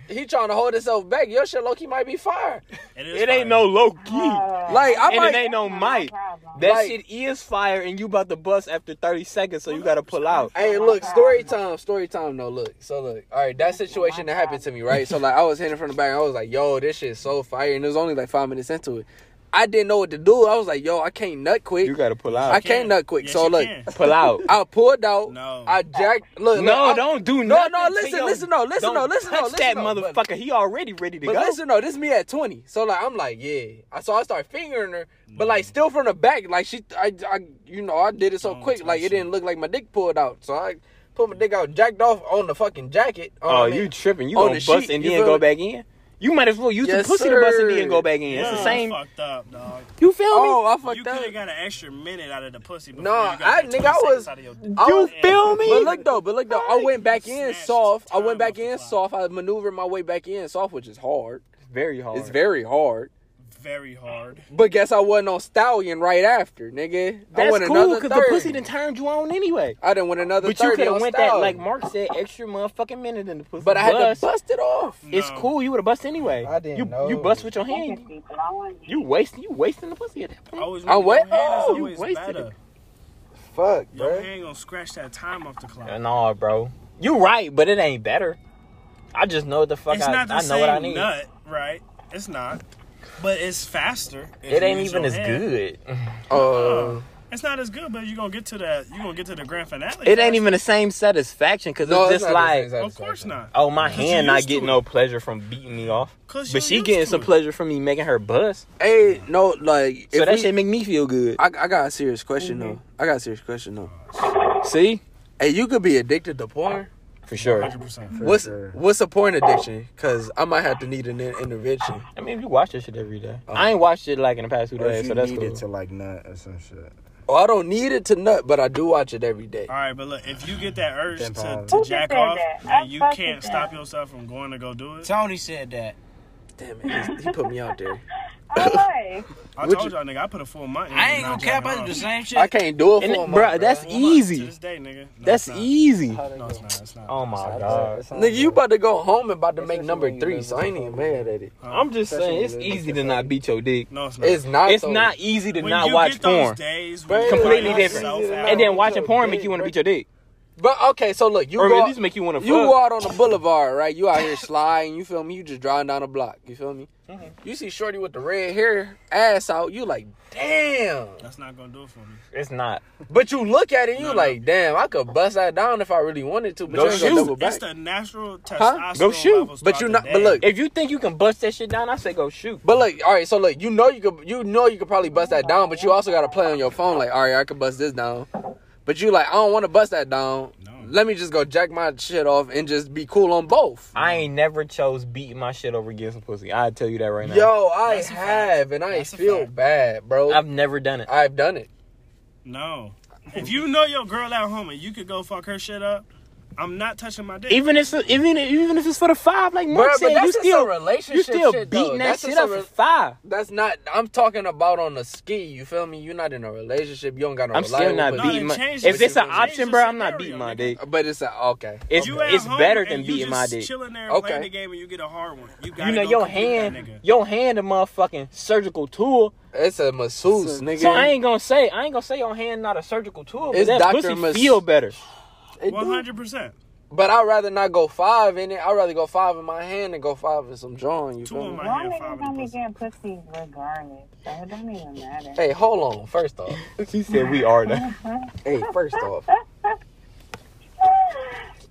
he trying to hold himself back. Your shit, Loki might be fire.
is
It
fire.
ain't no low key.
Uh,
Like I
And it
might.
ain't no mic.
problem.
That
Like-
shit is fire, and you about to bust after 30 seconds, so you gotta pull out.
Hey, look, story time, story time. No, look, so look, all right, that situation that happened to me, right? So like, I was hitting from the back, I was like, yo, this shit's so fire, and it was only like five minutes into it. I didn't know what to do. I was like, yo, I can't nut quick.
You gotta pull
I
out.
can't nut quick.
Yes,
so
you
look,
can.
Pull out.
I pulled out.
No.
I jacked. Look, look,
No,
I-
don't do
No,
nothing.
no,
to
listen,
your-
listen, no, listen,
don't
no, listen, no,
touch
listen,
that
no, but-
motherfucker. He already ready to
But
go.
listen, no, this me at 20. So like I'm like, yeah. I- So I start fingering her, but like still from the back, like she, I, I you know, I did it so
Mm. Don't
quick, like
touch
it didn't look like my dick pulled out. So I put my dick out, jacked off on the fucking jacket.
oh,
I
you
mean,
tripping. You
on
gonna
the
bust
sheet,
and
you
then
feel
go
me?
back in? You might as well use
Yes,
the pussy to bust and
sir.
then go back in. It's the
Yeah,
same.
Fucked up, dog.
You feel me?
Oh, I
you
fucked
could have
up.
got an extra minute out of the pussy. Before
Nah,
you got
I-
the
nigga, I
20
was-
seconds out of your dick.
I
you
was-
feel me?
But look though, but look though, I went back in
Snatched
soft. I
time
went back
off the
in
clock.
soft. I maneuvered my way back in soft, which is hard.
very hard.
It's very hard.
very hard.
But guess I wasn't on stallion right after, nigga. I
That's
went
cool
another
because the pussy
30.
didn't turn you on anyway.
I didn't win another.
But you
30
could have
on
went that,
stallion.
like Mark said, extra motherfucking minute in the pussy.
But I had
bust.
to bust it off.
It's
No.
cool. You would have bust anyway.
I didn't
you,
know.
You bust with your
It
hand.
just be blowing.
You wasting. You wasting the pussy at that point.
Always
I went-
your hand is
oh,
you
always
wasted
better.
it.
Fuck,
Your
bro.
hand gonna scratch that time off the clock.
Uh, No, bro. You right, but it ain't better. I just know what the fuck
it's
I,
not the
I know
same
what I need.
nut, right? It's not, but it's faster. if
It
you
ain't
use
even
your
as
hand.
good.
Uh,
It's not as good, but you gonna get to the you gonna get to the grand finale.
It ain't even the same satisfaction because
no,
it's
it's
just
not
like,
the same
Of course
satisfaction.
not.
oh, my
'Cause you
hand not
used to
getting
it.
no pleasure from beating me off,
'Cause
but
you
she
used
getting
to
some
it.
pleasure from me making her bust.
Hey, no, like
So
if
that
we-
shit Mm-hmm. make me feel good.
I, I got a serious question though. I got a serious question though.
See,
Hey, you could be addicted to porn.
for sure.
100%.
What's
sure.
what's a porn addiction? Cause I might have to need an in- intervention.
I mean, you watch this shit every day. I ain't watched it like in the past two
Or if
days,
you
so that's
need
cool.
it to like nut or some shit.
Oh, I don't need it to nut, but I do watch it every day.
All right, but look, if you get that urge
Then
to,
pause.
to
Who
jack
said
off
that? I
and you
fucking
can't
said
stop
that.
yourself from going to go do it,
Tony said that.
Damn it, he's- he put me out there.
Oh, like,
I
Would
told
you-
y'all, nigga, I put a full month. in
I ain't
not
gonna cap.
jacking
I do the
off.
same shit.
I can't do it for
And
a
it-
month,
bruh, that's
bruh.
Full month
easy.
To this day, nigga. No,
That's
it's not.
easy.
No, it's not. It's not.
Oh my god.
Nigga, you about to go home and about to make number three, so I ain't even mad at it.
I'm just saying, it's easy to not beat your dick.
No, it's not.
It's not.
It's
though.
not e- easy to
when
not
you
watch
get those
porn.
Days
Bro,
when you
Completely
by
different.
yourself
And
out-
And then watching
your
porn
dick,
make you want to
bro.
beat your dick,
But okay, so look, you
or
go
at least make you want to
You
fuck.
out on the boulevard, right? You out here sliding, you feel me? You just driving down the block, you feel me? You see Shorty with the red hair, ass out, you like, damn.
That's not gonna do it for me.
It's not.
But you look at it, you
No, no.
like, damn, I could bust that down if I really wanted to, but
Go
you ain't gonna
shoot.
double
It's
back.
the natural
Huh?
testosterone.
Go shoot.
levels
But you
throughout
not-
the
but
day.
look,
If you think you can bust that shit down, I say go shoot.
But look, all right, so look, you know you could, you know you could probably bust that down, but you also gotta play on your phone, like, all right, I could bust this down, but you like, I don't want to bust that down.
No.
Let me just go jack my shit off and just be cool on both.
I ain't never chose beating my shit over getting some pussy. I tell you that right now.
Yo, I
That's a fact.
have, and I
That's a
feel
fact.
bad, bro.
I've never done it.
I've done it.
No. If you know your girl at home and you could go fuck her shit up, I'm not touching my dick.
Even if even even if it's for the five, like
Bruh,
Mark
but
said,
that's
you
just a
still
relationship
you still
shit, though.
beating that
That's
shit
just a
up
re-
for five.
That's not. I'm talking about on the ski. You feel me? You're not in a relationship. You don't got no.
I'm still
reliable
not
pussy.
No,
beating
they
my.
changed
If
it.
it's an
They changed
option,
the
bro, I'm
scenario,
not beating my
nigga.
dick.
But it's a, okay.
It's
you at
it's
home
better
and
than
you
beating
just
my dick.
Chilling there
Okay.
playing the game and you get a hard one. You, gotta
You know
go
your
complete that
hand,
nigga.
your hand, a motherfucking surgical tool.
It's a masseuse, nigga.
So I ain't gonna say, I ain't gonna say your hand not a surgical tool, but
It's
that
Dr.
pussy
Mas-
feel better.
It do.
One hundred percent.
But I'd rather not go five in it. I'd rather go five in my hand than go five in some drawing. You
Two
feel
in
me?
my-
y'all
hand
niggas
following
gonna be
pussy.
getting pussy regardless, so it don't even matter.
Hey, hold on. First off,
She said we are that.
hey, first off,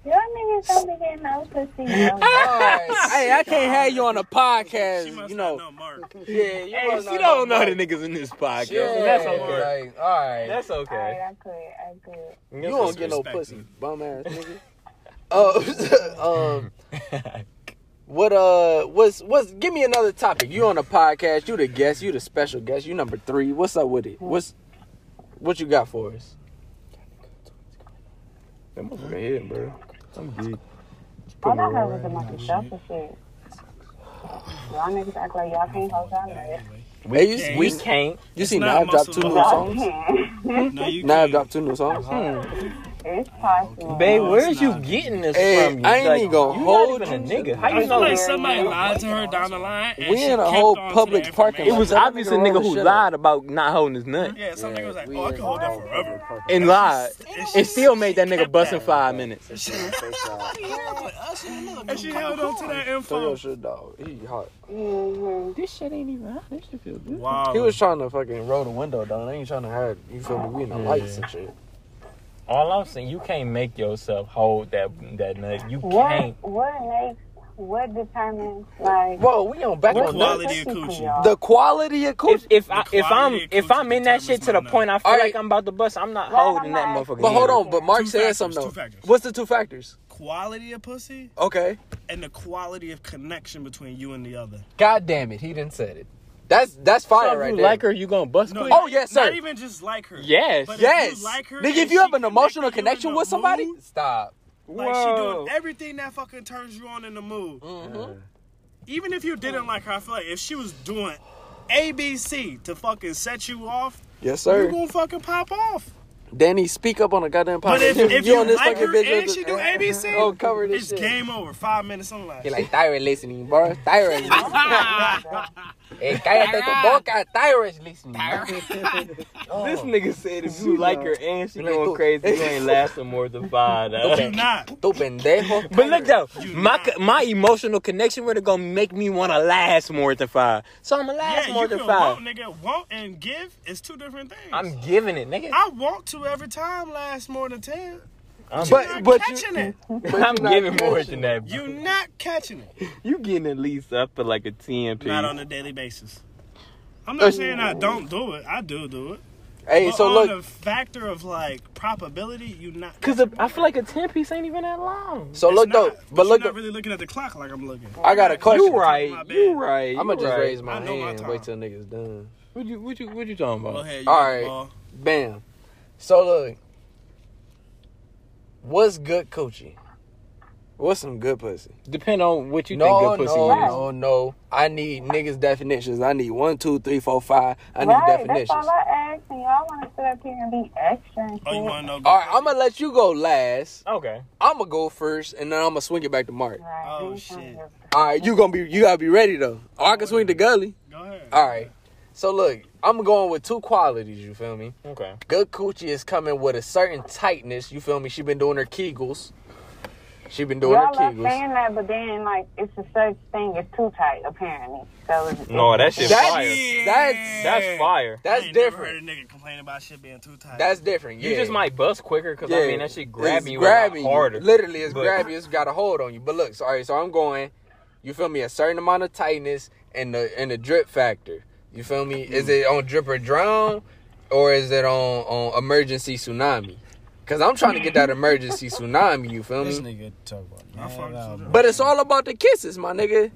Y'all niggas don't be getting no pussy. No.
hey, I can't have you on a podcast.
must
You know,
not know Mark.
Yeah, you
Hey,
must
she
not
don't know
Mark.
the niggas in this podcast.
Yeah,
That's okay.
Like, all right.
That's
All right,
okay.
I quit. I quit.
You
you don't get no
Respect
pussy,
him.
bum ass nigga. Oh, um, what uh, what's what's? Give me another topic. You on a podcast? You the guest? You the special guest? You number three? What's up with it? What's what you got for us?
That motherfucker hit, bro. I'm geek.
All I heard was a bunch of selfish shit. Y'all niggas act like y'all can't hold y'all niggas.
Hey, you, s-
We
you,
can't.
you see
not
Nav drop
muscle
two new
mass.
Y'all
songs.
can.
No, you
Nav
can't.
dropped two new songs.
Hmm.
it's possible.
Babe,
Oh,
No,
where's
it's
you
not.
getting this
Hey,
from? You?
I ain't
Like,
even gonna
you
hold
not even
you.
a nigga. How
I
you
feel like
know?
somebody lied to her down the line. And
We
she
in a
kept
whole
on to the
public parking
It
information.
lot.
was
That nigga
obviously a
wrong
nigga who
shit up.
lied about not holding his nut
Yeah, some nigga was like, "Oh, I can hold that forever."
and lied.
And
It
she-
still made that nigga
kept
bust in
that.
five minutes.
And she held on to
Throw
that
your
info.
shit, dog. He hot.
Mhm.
This shit ain't even hot. This shit feel good.
Wow.
He was trying to fucking roll the window down. They ain't trying to hurt. You feel me? We in the lights and shit.
All I'm saying, you can't make yourself hold that that nut. You can't.
What, what makes, what determines, like,
Whoa, we on back
What
on
quality
that.
of
pussy for
coochie?
y'all?
The quality of coochie.
If if
The
I, if I'm
quality of
if
coochie
I'm in that shit to the
determines my
point I feel
Alright.
like I'm about to bust, I'm not
Well,
holding that
I'm not.
motherfucker.
but hold
in.
on, but Mark
Two
said
factors,
something
two
though.
factors.
What's the two factors?
Quality of pussy
Okay.
and the quality of connection between you and the other.
God damn it, he didn't said it.
That's that's
So
fire
if
right
you
there.
like her, you gonna bust quick.
Oh, yes, sir.
Not even just like her.
Yes.
But if
yes.
you like her
Nigga, if
and
you have
she
an emotional
connected you
connection
in the
with somebody,
mood,
Stop.
like she
Whoa.
doing everything that fucking turns you on in the mood. Even if you didn't like her, I feel like if she was doing A B C to fucking set you off,
yes,
you
sir.
gonna fucking pop off.
Danny, speak up on a goddamn podcast.
But if, if
You
you
on this
like
fucking
her
bitch
and
with
she
the-
do ABC,
Oh, cover this
it's
shit.
game over. Five minutes on last.
He like thyroid listening, bro. Thyroid listening.
Eh,
hey, cállate tu boca. Thyroid listening. bro.
This nigga said if Oh. you like her and she
Like,
going
look.
crazy, you ain't lasting more than five.
You
hours.
not.
Tu pendejo.
But look though,
You
my
not.
my emotional connection with her gonna make me wanna last more than five. So I'ma last
Yeah,
more
you
than
can
five.
want, nigga. Want and give is two different things.
I'm giving it, nigga.
I want to every time last more than ten.
I'm,
You're
But
not
but
catching
you,
it.
I'm giving more than that.
You not catching it.
You getting at least up for like a ten piece.
Not on a daily basis. I'm not saying I don't do it. I do do it.
hey,
but
so
on
look,
the factor of like probability, you not.
Cause a, I feel like a ten piece ain't even that long.
so
It's
look
not,
though. But
you're
look,
not
though,
really looking at the clock like I'm looking.
I got a question.
You right.
My bad.
You right.
I'ma just raise my
I know my
hand. and
time.
Wait till niggas done.
What you what you what you talking
Go
about?
ahead.
All
got the
right.
ball.
Bam. So look, what's good coochie? What's some good pussy?
Depend on what you
no,
think good pussy
no,
is.
no, no. I need niggas definitions. I need one, two, three, four, five. I need
right,
definitions.
That's all I ask, and y'all want to sit up here and be extra and shit.
Oh, you want to know?
All right, I'm gonna let you go last.
Okay.
I'm gonna go first, and then I'm gonna swing it back to Mark.
Right,
Oh,
these
shit.
niggas.
All right, you gonna be, you gotta be ready though. Or I can swing the gully.
Go ahead.
All right. So look, I'm going with two qualities. You feel me?
Okay.
Good coochie is coming with a certain tightness. You feel me? She been doing her kegels. She been doing
Y'all
her
love
kegels.
saying that, but then like it's a such thing. It's too tight, apparently. So it's,
No, that shit
That's
fire.
that's
That's fire.
I
that's
ain't never
different.
Heard a nigga complain about shit being too tight.
That's different. Yeah.
You just might bust quicker because I
Yeah.
mean that shit
It's
grabbing you
grabbing
a lot harder.
Literally, it's
But-
grabbing. you. It's got a hold on you. But look, so, all right. So I'm going. You feel me? A certain amount of tightness and the and the drip factor. You feel me? Is
Mm.
it on drip or drown, or is it on on emergency tsunami? Cause I'm trying to get that emergency tsunami. You feel
This
me?
nigga talk about
I fuck with you.
But it's all about the kisses, my nigga.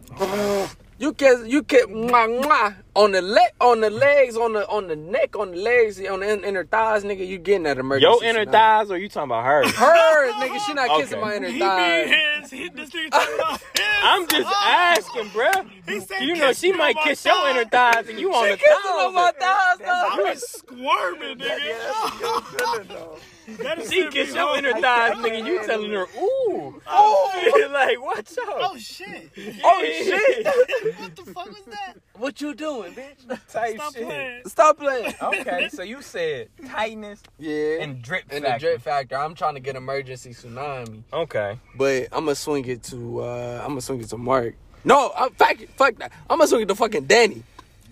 You kiss, you kiss, mwah, mwah, on the le- on the legs, on the on the neck, on the legs, on the in- inner thighs, nigga. You getting that emergency?
Your inner
tsunami.
thighs, or you talking about her?
Hers, nigga. She not kissing
Okay.
my inner
He
thighs.
mean his. He, this nigga talking about his.
I'm just asking, bruh.
He said
You know
kiss
she
me
might
on my
kiss your
thigh.
inner thighs, and you on the
Kissing on my
thighs.
thighs,
I
though.
was squirming, nigga. That is
She kiss your inner thighs, nigga. You telling her, ooh,
Oh.
like watch out.
Oh shit!
Oh shit.
What the fuck was that?
What you doing, bitch?
Type
Stop playing.
Stop playing.
Okay, so you said tightness
Yeah. And,
and drip.
the
factor.
drip factor. I'm trying to get emergency tsunami.
Okay.
But I'm gonna swing it to. uh I'm gonna swing it to Mark. No, I'm, fuck, it, fuck that. I'm gonna swing it to fucking Danny.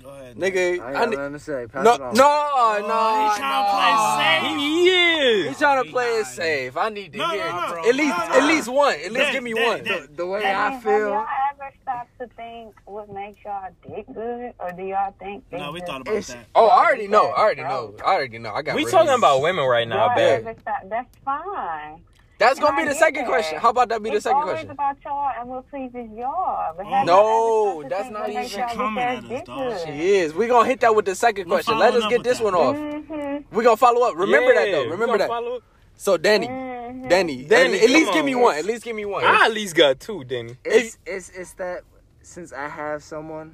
Go ahead.
said.
Nigga,
I
I
got
need-
nothing to say. Pass
no,
it
no,
on.
no.
Oh, he trying to play safe.
Yeah.
He's trying to
He
play it
lied.
safe. I need to
No,
hear
no, no,
at least
no, no.
at least one. At least
That-
give me
that-
one.
that-
The way
I mean,
I
have
feel,
y'all ever stopped to think what makes y'all dick good, or do y'all think? they
No, we
just-
thought about that.
Oh, I already know. I already know. I already know. I got.
We
reviews.
talking about women right now,
y'all
I bet.
ever stop- That's fine.
That's
And
gonna
I
be the
get
second
that.
question. How about that be the
it's
second
always
question?
about y'all and what pleases y'all. But
Oh.
have
No,
y'all ever stopped to
that's
think
not
what
even
makes y'all get
coming
their
at us,
dick
dog.
good?
She
She is. We're gonna hit that with the second
We're
question. Let
following
us
up
get
with
this
that.
one off.
Mhm,
We're gonna follow up. Remember that
Yeah,
though.
we
Remember
gonna
that.
follow it.
So Danny,
mhm.
Danny,
Danny,
at, at least
come
give me
on.
one. At least give me one.
I at least got two, Danny.
it's, it's it's that since I have someone,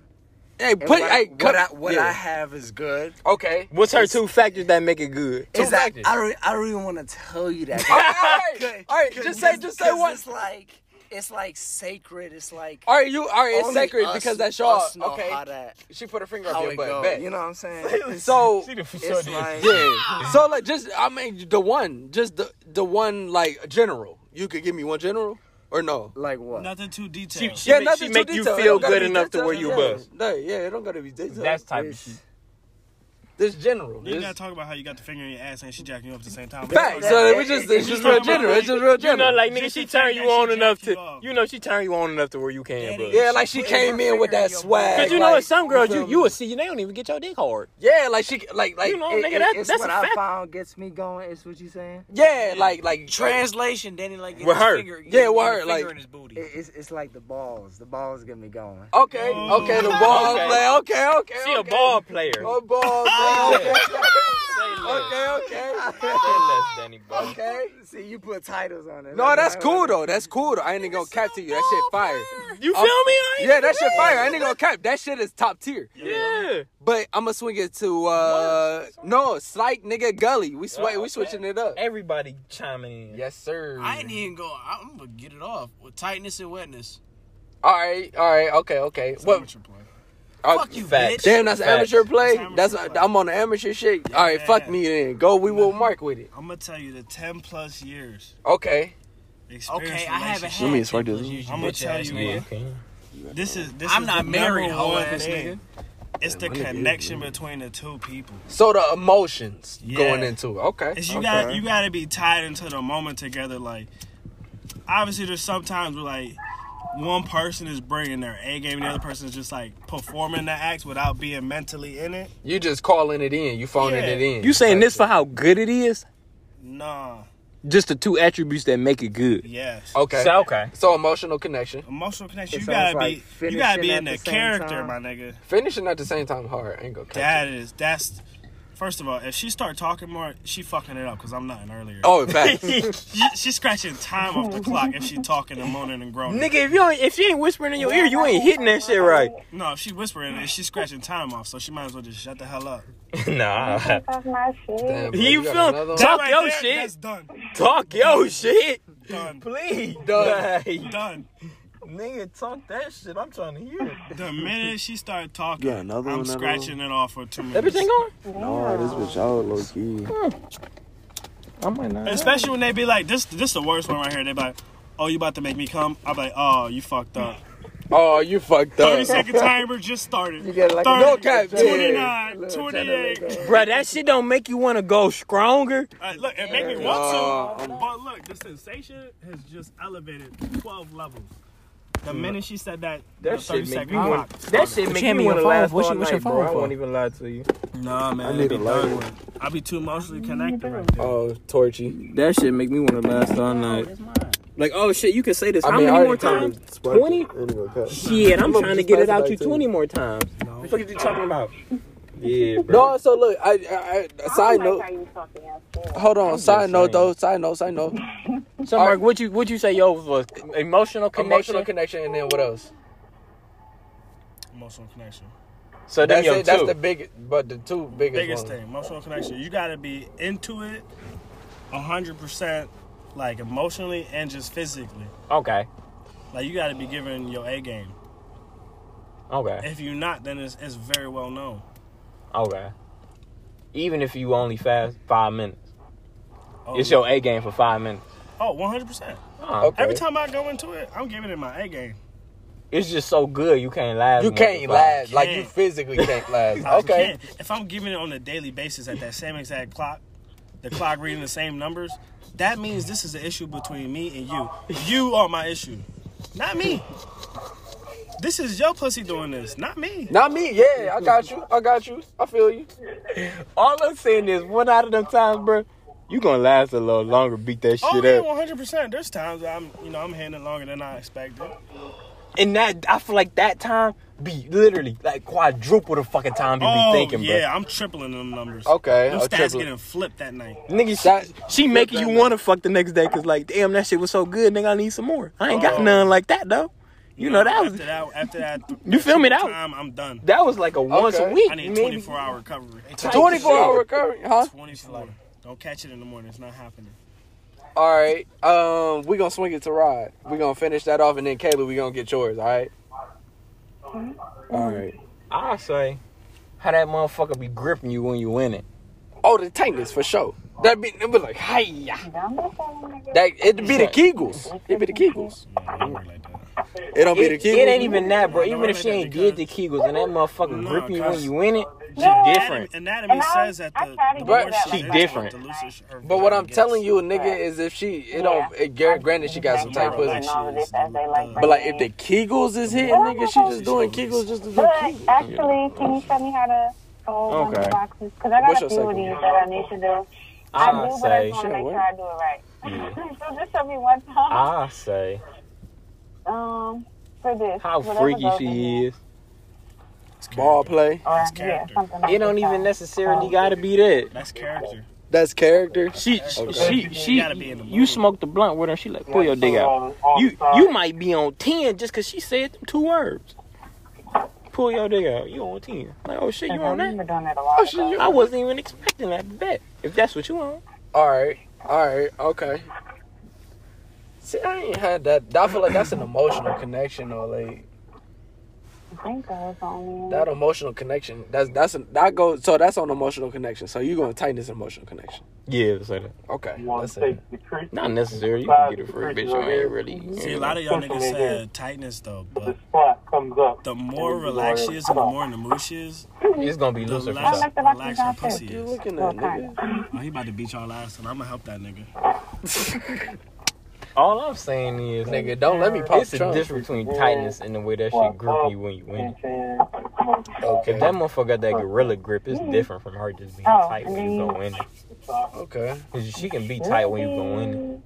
hey,
and
put
what,
hey,
What
cut
I what
yeah.
I have is good.
Okay.
What's her two factors that make it good?
Two
Is that
factors.
I don't I don't even want to tell you that.
All right, all right,
Good,
all right.
good,
Just say,
because-
just say
because
one.
It's like it's like sacred. It's like
All right, you. All right, it's
only
sacred
us-
because that's y'all.
us know
Okay.
How that
She put her finger
how
up your
it
butt.
go.
Bet.
you know what I'm saying?
So
It's like
yeah. So like, just I mean, the one, just the the one like general. You could give me one general or no?
like what?
Nothing too
She,
detailed.
she make, she make you feel good enough to where you bust.
No, yeah, it don't gotta be detailed.
That's type of
It's-
shit.
this general.
You
This-
gotta talk about how you got the finger in your ass and she jacking you up at the same time.
Facts. So we just it's just real general. It's just real
You know,
general.
like
Just
nigga, she
the fact
turned you
that she
on enough
jacked you
to,
off.
you know, she turned you on enough to where you can, bro.
yeah, like she came in with that swag.
Cause you know,
like,
what some girls you
feel
you
me?
will see they don't even get your dick hard.
Yeah, like she like like
You know,
it-
nigga,
it-
that,
it's
that's a
what I
fact.
found gets me going. Is what you saying?
yeah, like like
translation. Danny like
With her.
Yeah, with her, like-
in his booty.
It, it's it's like the balls. The balls get me going.
Okay, okay, the ball
Okay.
play. Okay, okay.
She a
okay.
ball player.
A ball play.
Say
Okay, okay, okay.
less. Say less, Danny, bro.
okay.
See, you put titles on it.
No, that's cool though. That's cool though. I ain't gonna cap to you. That shit fire.
You feel me? I ain't
Yeah, that shit fire. I ain't gonna cap. That shit is top tier.
Yeah.
But I'ma swing it to uh no, Slyke nigga Gully. We swi-
Oh,
we
okay.
switching it up.
Everybody chiming in.
Yes, sir.
I ain't even go. I'm gonna get it off with tightness and wetness.
All right, all right, okay, okay. What?
Amateur play.
oh,
Fuck you,
facts.
bitch.
Damn, that's an
Facts.
amateur play.
That's amateur
That's
play.
I'm on the amateur shit. All right,
Yeah.
fuck me then. Go, we will mark with it.
I'm gonna tell you the 10 plus years
Okay.
experience.
Okay, I haven't
relationship.
had.
me swipe this.
I'm gonna tell you
Yeah.
what. This is this
I'm
is
not
the
married,
number
hoe
one
ass
thing.
nigga.
It's the connection between the two people.
So the emotions
Yeah.
going into it. Okay.
It's you got you got to be tied into the moment together. Like, obviously, there's sometimes where like one person is bringing their A game, and the other person is just like performing the act without being mentally in it.
You just calling it in. You phoning
Yeah.
it in.
You saying this for how good it is?
Nah,
Just the two attributes that make it good.
yes.
Okay.
So, okay.
So emotional connection.
Emotional connection.
It's
You gotta
almost
be.
like
You gotta be
finishing
in
at
the
the same
character,
time.
my nigga.
Finishing at the same time hard. I ain't gonna catch
That is. That's. First of all, if she start talking more, she fucking it up because I'm nothing earlier.
Oh, in fact.
She, she's scratching time off the clock if she talking and moaning and groaning.
Nigga, if you don't, if she ain't whispering in your ear, you ain't hitting that shit right.
No, if she whispering and she's scratching time off, so she might as well just shut the hell up.
nah.
Talk my shit.
Damn, bro,
You
got
feel-
another one?
That- Talk your
there,
shit.
That's done.
Talk yo shit.
Done.
Please.
Done.
Like,
Done.
nigga, talk that shit. I'm trying to hear it.
The minute she started talking,
Yeah, another
I'm
one, another
scratching it off for two minutes.
Everything on?
No, this was y'all low key.
Hmm. I might not.
Especially when they be like, this this the worst one right here. They be like, oh, you about to make me come? I'm like, oh, you fucked up.
Oh, you fucked
30
up.
second timer just started. You
get like a
30,
no cap, yeah.
29, 28.
Bruh, that shit don't make you want to go stronger.
Uh, look, it made me want to, but look, the sensation has just elevated 12 levels. The minute she said that, the
Mm. That
30
shit make
second
me
clock
want. That shit make
hand
me
me your
want to
phone.
laugh
What
all
you- what's your
night, bro.
phone
I
for?
won't even lie to you.
Nah, man, I
need
be
a lighter.
done with. I be too emotionally connected right there.
Oh, Torchy.
That shit make me want to last all night. Like, oh shit, you can say this
I
how
mean, I
many
already
more
told
times?
you to swipe it.
Twenty?
It ain't gonna cut.
Shit, I'm
I'ma
trying to
just
get it
pass it
out
back
you
to you.
twenty more times. What are you talking about? Yeah, bro.
No, so look, I, I, I side
I don't
note.
like how you talking out there.
Hold on,
just
side
saying.
note though, side note, side note.
so Mark, what you what you say yours was emotional connection?
Emotional connection, and then what else?
Emotional connection.
so them
That's
your
it. That's
two.
the big, but the two biggest.
Biggest
ones.
thing, emotional connection. You gotta be into it, hundred percent, like emotionally and just physically.
okay,
Like you gotta be giving your A game.
okay,
If you're not, then it's, it's very well known.
okay. Even if you only fast five minutes,
Oh,
it's your A game for five minutes.
Oh, 100 percent.
Oh,
Okay.
Every time I go into it, I'm giving it my A game.
It's just so good you can't laugh.
You
no
can't
more.
last. Like
can't.
you physically can't last.
I just
Okay.
can't. If I'm giving it on a daily basis at that same exact clock, the clock reading the same numbers, that means this is an issue between me and you. You are my issue, not me. This is your pussy doing this, not me.
Not me. Yeah, I got you. I got you. I feel you.
All I'm saying is one out of them times, bro, you gonna last a little longer, beat that
Oh,
shit
yeah,
up.
100%. There's times I'm, you know, I'm handling longer than I expected.
And that I feel like that time be literally like quadruple the fucking time you
Oh,
be thinking,
yeah, I'm tripling them numbers.
Okay,
Them
I'll
stats
triple it.
getting flipped that night.
bro. Nigga,
That-
she, she making you want to fuck the next day, cause like, damn, that shit was so good, nigga. I need some more. I ain't got
Oh.
none like that though. You know that was
after that, after that,
You feel me? That-
time I'm done.
that was like a once
Okay.
a week.
I need
maybe.
24 hour recovery.
Twenty four hour recovery, huh?
24. Don't catch it in the morning. It's not happening.
All right. Um, we gonna swing it to Rod. We gonna finish that off, and then Kayla, we gonna get yours. All right.
Mm-hmm.
All right.
I say, how that motherfucker be gripping you when you win it?
Oh, the tankers for sure. That be it be like hiya.
Don't let that one nigga.
That it be the Kegels. It be the Kegels. It don't be
It,
the
it
Kegels.
ain't even that, bro.
No,
Even if
no,
she
no,
ain't
because-
did the Kegels and that motherfucker
No,
gripping you when
because-
you win it,
No.
she different.
Anatomy,
And I-
says that
I
the,
tried
the
to do
But
more
that
she
shit
different.
the looser her
But what
vagina
I'm
gets.
telling you, a nigga, is if she, it don't. It, Garrett, granted, she got some
type
tank
of-
pussy.
and all of this as they like.
But like, if the Kegels is hitting, nigga, she just doing Kegels just to do
But
Kegels.
actually, can you show me how to fold one of
Okay.
the boxes? Because I got
What's
a
your
few of
second
these
one?
that I need to do.
I
I do, but I
Ah, say,
just want to
sure,
make
what?
sure I do it right. so just show me one time.
I say,
Um, for this.
Ah. how
whatever
freaky
goes in
she
here.
is.
Ball play.
Or, yeah,
character.
something like Um,
It don't
this.
even necessarily gotta be that.
That's character.
That's character.
She,
Okay.
she, she,
Gotta be in the
you
mood.
smoked the blunt with her. She like, uh, pull your dick out. You, you might be on ten just cause she said them two words. Pull your dick out. You on ten? Like, oh shit, you
I
on that?
remember doing that a lot. ago.
I wasn't even expecting that bet. If that's what you want.
All right, all right, okay. See, I ain't had that. I feel like that's an emotional connection, though. Like
I think that was only.
that emotional connection. That's that's a, that goes. So that's on emotional connection. So you gonna tighten this emotional connection?
Yeah, let's say that.
Okay.
want
That's it.
to take the creek
Not necessary. You can get it free, bitch. You ain't really.
See, a lot of y'all niggas
Something in
said tightness though,
the
but
spot comes up.
the more relaxed she is and the more in the mood she is,
It's gonna be
the
looser.
less
sure. How much
relaxed her
about
pussy
You
is.
looking
Well,
at
kind
nigga?
of.
Oh, he about to beat y'all ass, and I'm gonna help that nigga.
All I'm saying is, nigga,
Nigga, don't let me pop
it's a
trunk.
difference between tightness and the way that shit grip you when you win it. If that motherfucker got that gorilla grip, it's different from her just being
Oh,
tight when
and
you
then-
go in it.
Okay.
'Cause she can be tight when you go in it.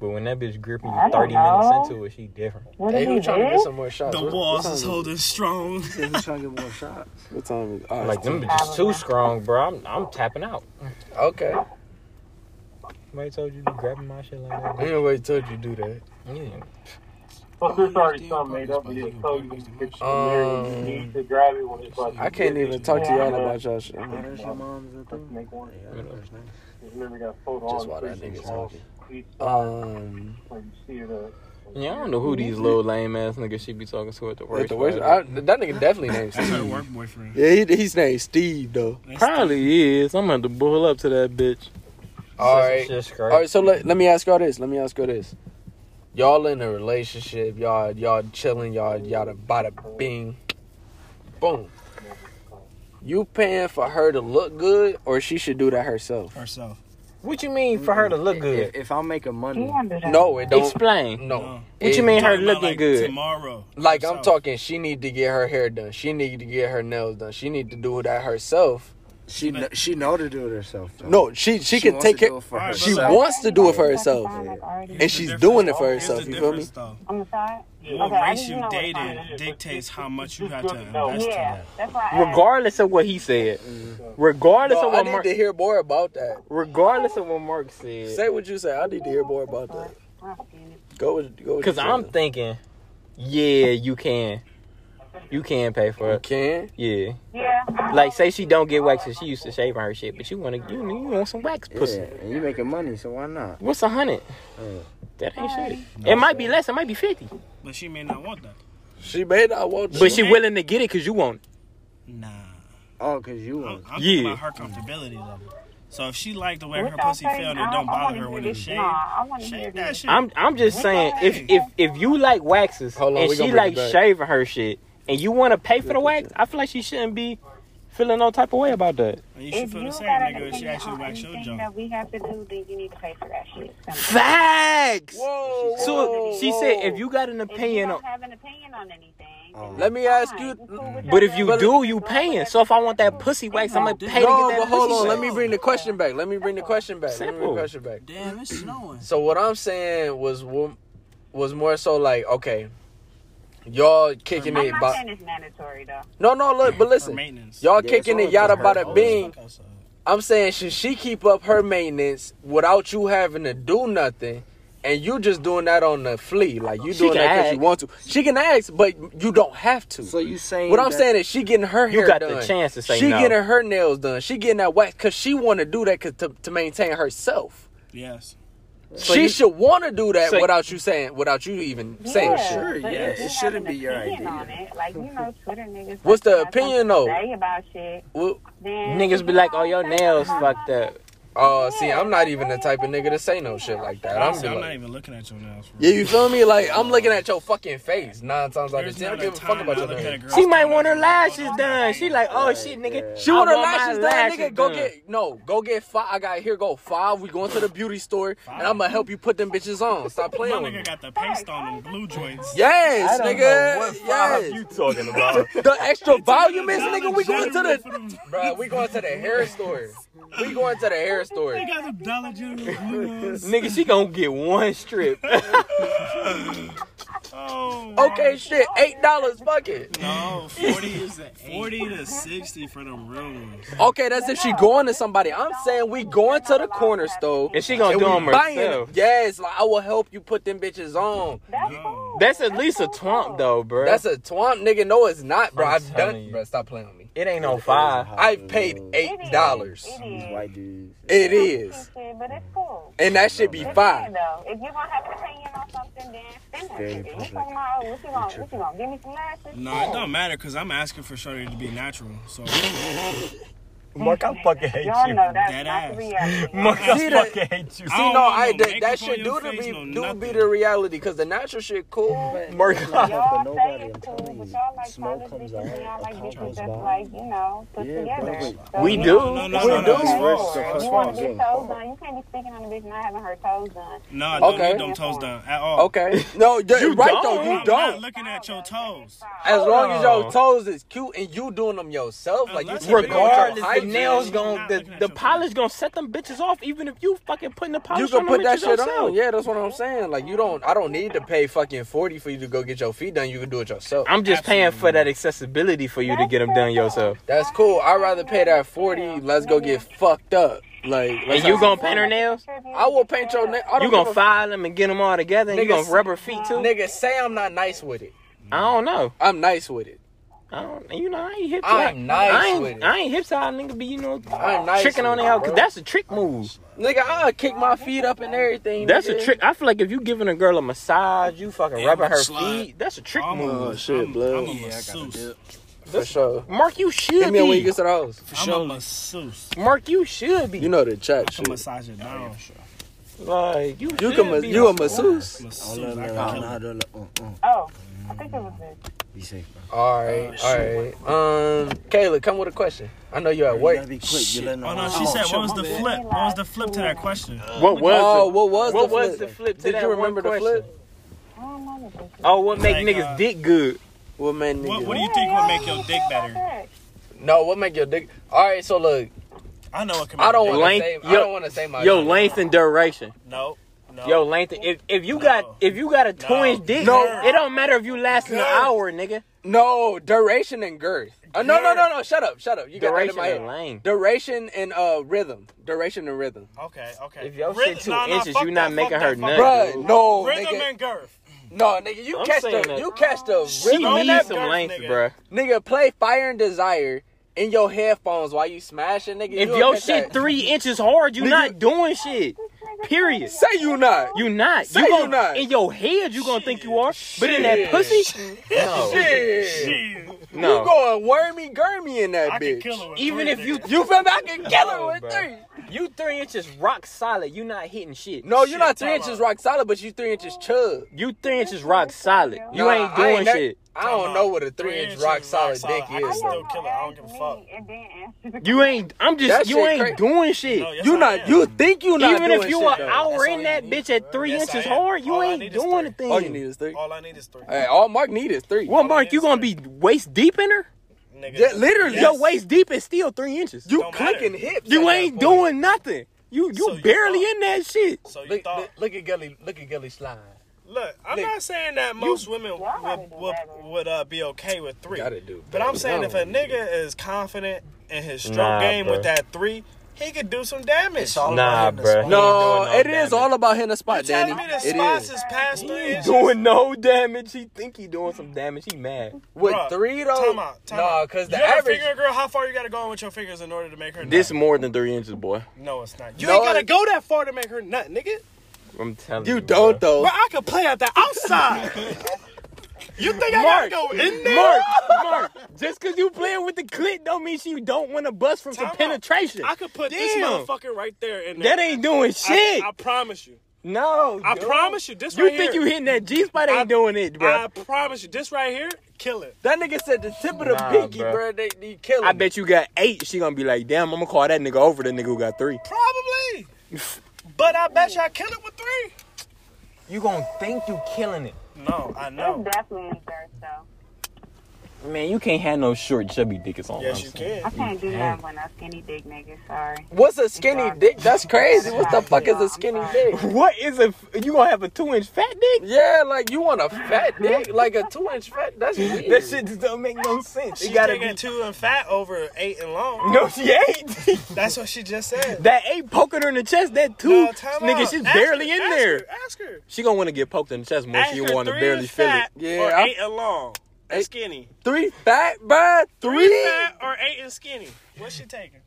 But when that bitch gripping
I
you
don't
30
know.
minutes into it, she different.
What
Hey,
did he
who trying to get
do?
some more shots?
The
What- what
walls
time
is
it?
holding strong.
Yeah, who's trying to get more shots?
What time is? Oh,
Like,
like
them bitches too strong, bro. I'm, I'm tapping out.
Okay.
Somebody told you to be grabbing my shit like that?
Anyway, told you do that.
Yeah.
But there's already something made up in it, so you can get you married. You need to grab it when it's like.
I can't even talk to y'all about y'all shit.
Oh, that's your mom's uh,
Let's
thing.
make one.
Yeah, that's first name.
Remember that photo
Just
on
while that nigga's talking. Um,
When you see it, uh,
Yeah, I don't know who these little lame ass niggas she be talking to at the worst.
at the worst,
level.
I, that nigga definitely named
That's her
Steve.
work boyfriend.
Yeah, he, he's named Steve though.
That's
Probably is. I'm gonna have to bull up to that bitch.
All right.
Shit's crazy.
All right, so let, let me ask y'all this. Let me ask y'all this. Y'all in a relationship, y'all y'all chilling, y'all y'all done bada bing, boom. You paying for her to look good, or she should do that herself?
herself.
What you mean for her to look
If,
good?
if I'm making money,
No, it don't.
Explain.
No.
No.
What you
It-
mean her
Talking about,
looking
like,
good.
Tomorrow.
Like I'm
herself.
talking, she need to get her hair done. She need to get her nails done. She need to do that herself.
she kn- she know to do it herself. Though.
No, she she, can
wants
take
to
care.
do it for
Alright,
She
but
herself.
wants to do it for herself, and
On
Here's the
she's
difference,
doing it for
though.
herself.
Here's the
You feel me?
difference, though.
the side?
What
Okay, I
race
just
you
know what time
dated
it is.
dictates how much you
It's
have to
good to know.
invest in
Yeah,
that.
that's why I asked.
Regardless of what he said,
Mm.
regardless
No,
of
I
what
need
Mark,
to hear more about that.
regardless of what Mark said,
Say what you say. I need to hear more about that. Go with go. with
because
you,
I'm
Jalen.
thinking, yeah, you can, you can pay for
You
it.
can.
Yeah,
Yeah.
like say she don't get waxed, and she used to shave her shit, but you wanna, you, you want some wax
Yeah,
pussy.
and you making money, so why not?
What's a hundred?
Mm.
That ain't shit. It might be less. It might be fifty.
But she may not want that.
She may not want to.
But she willing to get it because you want it.
Nah.
Oh, cause you
I'm,
want.
I'm
Yeah.
thinking about her comfortability level. So if she like the way
What
her
y'all
pussy
say?
feel, then
I-
don't
I
bother
wanna
her
hear
with a
this.
shave.
Nah, I wanna hear
Shave
this.
that shit.
I'm I'm just saying if if if you like waxes
Hold on,
and
we gonna
she
bring
like
it back.
shaving her shit and you want to pay for the wax, I feel like she shouldn't be feeling no type of way about that.
And you should
If
feel
you
the same,
got
nigga.
an
If she
opinion
actually
on
wax your
anything
junk.
that we have to do, then you need to pay for that shit. Simple.
Facts.
Whoa,
So she said if you got an
If you
opinion,
don't
on,
have an opinion on anything,
Oh.
Let me ask you.
but if you do, you paying. So if I want that pussy wax, I'm gonna pay to
No,
get
but
that
hold on.
pussy
Let
wax.
me bring the question back. Let me bring the question back. Let me bring
Simple.
the question back.
Damn, it's snowing.
So what I'm saying was wo- was more so like okay, y'all kicking
I'm
it.
not
By-
saying it's mandatory though.
no, no, look, but
For
listen,
maintenance.
y'all
Yeah,
kicking
it's
it yada
only just
bada
her
bing.
Fuck outside.
I'm saying should she keep up her maintenance without you having to do nothing, and you just doing that on the flea, like you
She
doing
can
that because you
ask.
want to. She can ask, but you don't have to.
So you saying
What I'm
that-
saying is she getting her
You
hair
got the
done.
chance to say
she
no.
getting her nails done. She getting that wax because she want to do that 'cause to, to maintain herself.
Yes.
she
you-
should want to do that
So-
without you saying, without you even saying shit.
sure,
but
yeah,
if
it
you
shouldn't
have an
be your
opinion
idea.
On it, like you know, Twitter niggas.
What's the
like, have
opinion,
something
though?
to Say about shit.
Well,
Then
Niggas be like, oh your nails fucked up.
uh, see, I'm not even the type of nigga to say no shit like that. I'm, be
Honestly, I'm
like,
not even looking at your nails. For
yeah, you feel me? Like I'm looking at your fucking face nine times out of
There's
ten. I
not
don't
a
give a fuck
time
about
I
your
look at a
name.
girl's
She might
tongue
want her
and go,
lashes
"Oh,
done. She like, oh shit, nigga.
She
I
want her
my
lashes done, nigga. Go
done.
get no, go get five. I got here, go five. We going to the beauty store, and I'm gonna help you put them bitches on. Stop playing
My
with me.
nigga got the paste on them blue joints.
Yes, nigga. Yes.
talking about?
The extra volume is, nigga. We going to
Dollar General
the.
for them-
Bro, we going to the hair store. We going to the hair store.
We got them Dollar General blue ones.
Nigga, she gonna get one strip.
Oh.
Okay, shit. Eight dollars, fuck it.
No, 40, 40 to 60 for them real ones.
Okay, that's if she going to somebody. I'm saying we going to the corner store.
And she gonna
and
do
we
them
buying them.
herself.
Yes, like I will help you put them bitches on.
That's
No.
cool.
That's at least a twomp though, bro.
That's a twomp, nigga. No, it's not, bro.
I'm
I've
telling
done.
you.
Bro, stop playing with me.
it ain't no five.
I've paid
It
eight
is.
dollars.
It
These
is.
white dudes.
It
It's
is,
stupid, But it's cool.
and that should be
It's
five.
fine, though. If you gonna have an opinion on something, then spend that
Very
shit. You
public.
talking about oh, what you want? What you want? Give me some lashes.
No, it don't matter because I'm asking for Shorty to be natural. So
Mark, I fucking hate
Y'all know that's
Dead
not the
ass.
reality.
Mark, I
See that-
fucking hate you.
See,
I don't
no,
want
I
no
that,
makeup
that
on
shit do
your
to
face,
be
no
do be
nothing.
the reality because the natural shit cool.
Mark,
But
Y'all
nobody,
say
I'm
it's cool,
telling
but
you,
y'all like
smoke
college
comes
bitches
out,
and y'all like
a car
bitches
goes
that's
by.
like, you know, put
Yeah,
together.
but-
So,
We
you
do.
know,
No, no,
we
no,
do.
no, it's
worse to her.
You want to
That's
get
what I'm
toes done. You can't be speaking on a bitch not having her toes done.
no, I don't
Okay.
need them toes done at all.
Okay, no, you're
You
right
don't.
though. You
I'm not
don't.
looking at your toes.
As
Hold
long as your
on.
toes is cute and you doing them yourself, like you
Unless
taking care of
Regardless,
your
the
hygiene,
nails
you
gon'
not
the,
looking at
the
your
polish gonna set them bitches off, even if you fucking putting the
You
polish
can
on
put
them
that
bitches
shit
yourself.
on. Yeah, that's what I'm saying. Like you don't. I don't need to pay fucking forty for you to go get your feet done. You can do it yourself.
I'm just paying for that accessibility for you to get them done yourself.
That's cool. I'd rather pay that forty. Let's go get fucked up. Like
And you gonna paint her nails?
I will paint your nail. I don't
You gonna
give a-
file them and get them all together, and you
Niggas-
gonna rub her feet too?
nigga. Say I'm not nice with it.
I don't know.
I'm nice with it.
I don't. You know, I ain't hip.
I'm
I,
nice
I ain't.
with it.
I ain't hip to how niggas be. You know,
I'm nice
tricking on
with
their
it,
out.
bro.
Cause that's a trick move.
Nigga, I'll kick my feet up and everything.
That's a
nigga.
trick. I feel like if you giving a girl a massage, you fucking
Yeah,
rubbing her
slide.
feet. That's a trick
I'm
move.
a,
Oh, shit,
I'm,
blood.
I'm a
Yeah, I gotta
masseuse.
For sure.
Mark, you
Hit
should
me up when you
be.
get to the house.
I'm a masseuse.
Mark, you should be.
You know the chat
I can
shit.
massage it down.
Like you,
You
should
can ma-
be
you a
masseuse.
masseuse.
Oh,
Masseuse.
no,
I
no,
can kill
no,
it.
no, no, uh, uh.
Oh, I think it was this.
Be safe, bro.
All right, all right. Um, Kayla, come with a question. I know you're at
You
work.
gotta be quick. You letting
Oh
them
no,
out.
she said,
shit,
what
my
was the
bad.
flip? What was the flip to that question?
What was?
Oh,
it?
what was
What
the
was
flip?
the flip to
Did
that
you
one
remember the
question?
flip?
I don't know the bitch.
Oh, what make
Like,
niggas
uh,
dick good?
What man?
What,
nigga?
what do you think would make your dick better?
No, what make your dick? All right, so look,
I know what can make
I don't
your
want to
Length-
say. I
yo-
don't want to say my.
Yo, length and duration.
dick- No, no.
Yo, length. If if you got if you got a two
No.
inch dick,
No.
it don't matter if you lasting an
Girth.
hour, nigga.
No duration and girth. Uh, no, no, no, no. Shut up, shut up. You got that in
Duration
my
and
head.
length.
Duration and uh rhythm. Duration and rhythm.
Okay, okay.
If your
Rhythm-
shit two
nah, nah,
inches,
fuck
you
that,
not
fuck
making
that,
her
fuck
nut.
that.
Bruh, no,
Rhythm
nigga,
and Oh, girth.
no, nigga, you
I'm
catch
saying
the,
that-
you catch the
She
rhythm. in that
needs some
girth,
length,
nigga.
bruh.
Nigga, play Fire and Desire in your headphones while you smash it, nigga.
If
you'll
your
catch
shit
that.
three inches hard, you
Nigga-
not doing shit. Period.
Say you not.
You not.
Say
you
you
gonna,
not.
In your head, you gonna think you are, but in that pussy, no,
shit. You
no.
going wormy gurmy in that
I
bitch.
could kill her with
Even
three
if you
niggas.
You feel me? I can kill her
No,
with
bro.
three.
You three inches rock solid. You not hitting shit.
No, you're not three
Shit,
inches rock solid, but you three inches chub.
You three inches rock solid. You
Nah,
ain't
I
doing
ain't never-
shit.
I don't know what a three inch
inches
rock solid dick
I can
is.
still kill it. I don't give a fuck.
And then answer the
You ain't. I'm just.
That
you
shit
ain't
cra-
doing shit.
No, yes,
You
I
not
am.
you think you not
Even
doing
if you
shit,
are
though.
hour
That's all
in
you
that
need,
bitch at three
Yes,
inches
I am.
hard, you
All I
ain't
need is
doing
three.
a thing.
All you need is three.
All I need is three.
Hey, all Mark need is three.
well,
I
Mark,
need
you
is
gonna
three.
be waist deep in her?
Nigga,
Yeah, literally.
yes.
Your waist deep is still three inches.
you
don't
clicking
matter.
hips. at
you
that
ain't
point.
doing nothing. You you
So you
barely
thought-
in that shit.
So you
Look,
thought?
look, look at Gully. Look at Gully slime.
Look, I'm not saying that most women
Y'all gotta
would
do
would,
better.
would uh, be okay with three.
Gotta do
But
better.
I'm saying if a
Y'all wanna
nigga is confident in his stroke
Nah,
game
bro.
with that three, he could do some damage.
It's all
Nah,
about hitting the
bruh.
spot.
No,
doing no
it is
damage.
all about hitting the
You
spot, Danny.
telling me the
It
spots
is.
is past
He
three
ain't
inches?
doing no damage. He think he doing some damage. He mad.
With
Bruh,
three
Time
though.
out. Time
Nah,
out.
because the
you ever
average.
figure a girl how far you gotta go with your fingers in order to make her nut?
This more than three inches, boy.
no, it's not. You
No,
ain't gotta
it-
go that far to make her nut, nigga.
I'm telling you.
You don't
bro.
But
though.
I could play at the outside. you think I
Mark,
gotta go in there?
Mark, Mark. Just cause you playing with the clit don't mean you don't want to bust from
Time
some
out.
penetration.
I could put this
Damn.
motherfucker right there in there.
That ain't doing
I,
shit.
I promise you.
no,
I
dude.
promise you. This
You
right
think
here,
you hitting that G spot? Ain't
I-
doing it, bro.
I promise you, this right here, kill it.
That nigga said the tip of the
Nah,
pinky,
bruh.
bro. They, they killing.
I bet you got eight. She gonna be like, damn, I'm gonna call that nigga over the nigga who got three.
Probably. but I bet you I kill it with three.
You gonna think you killing it.
No, I
It's
know.
definitely in third though.
Man, you can't have no short chubby dickers on.
Yes, you can.
I can't do that when I skinny dick nigga. Sorry.
What's a skinny
Exactly.
dick? That's crazy. What the
Exactly.
fuck is
Yeah,
a skinny
I'm sorry.
dick?
What is a you gonna have a two inch fat dick?
Yeah, like you want a fat dick, like a two inch fat. That's weird.
That shit just don't make no sense.
She
You gotta
thinking
be
two and fat over eight and long.
no, she ain't.
That's what she just said.
that eight poking her in the chest. That two,
No, time
nigga,
out.
she's
Ask
barely
her,
in
ask
there.
her, ask her.
She gonna want to get poked in the chest more.
Ask
She
her
want to
three
barely
is
feel it.
fat
Yeah,
or
I'm-
eight and long. And
Eight-
skinny.
Three fat, bruh. Three.
Three fat or eight and skinny. What's she taking?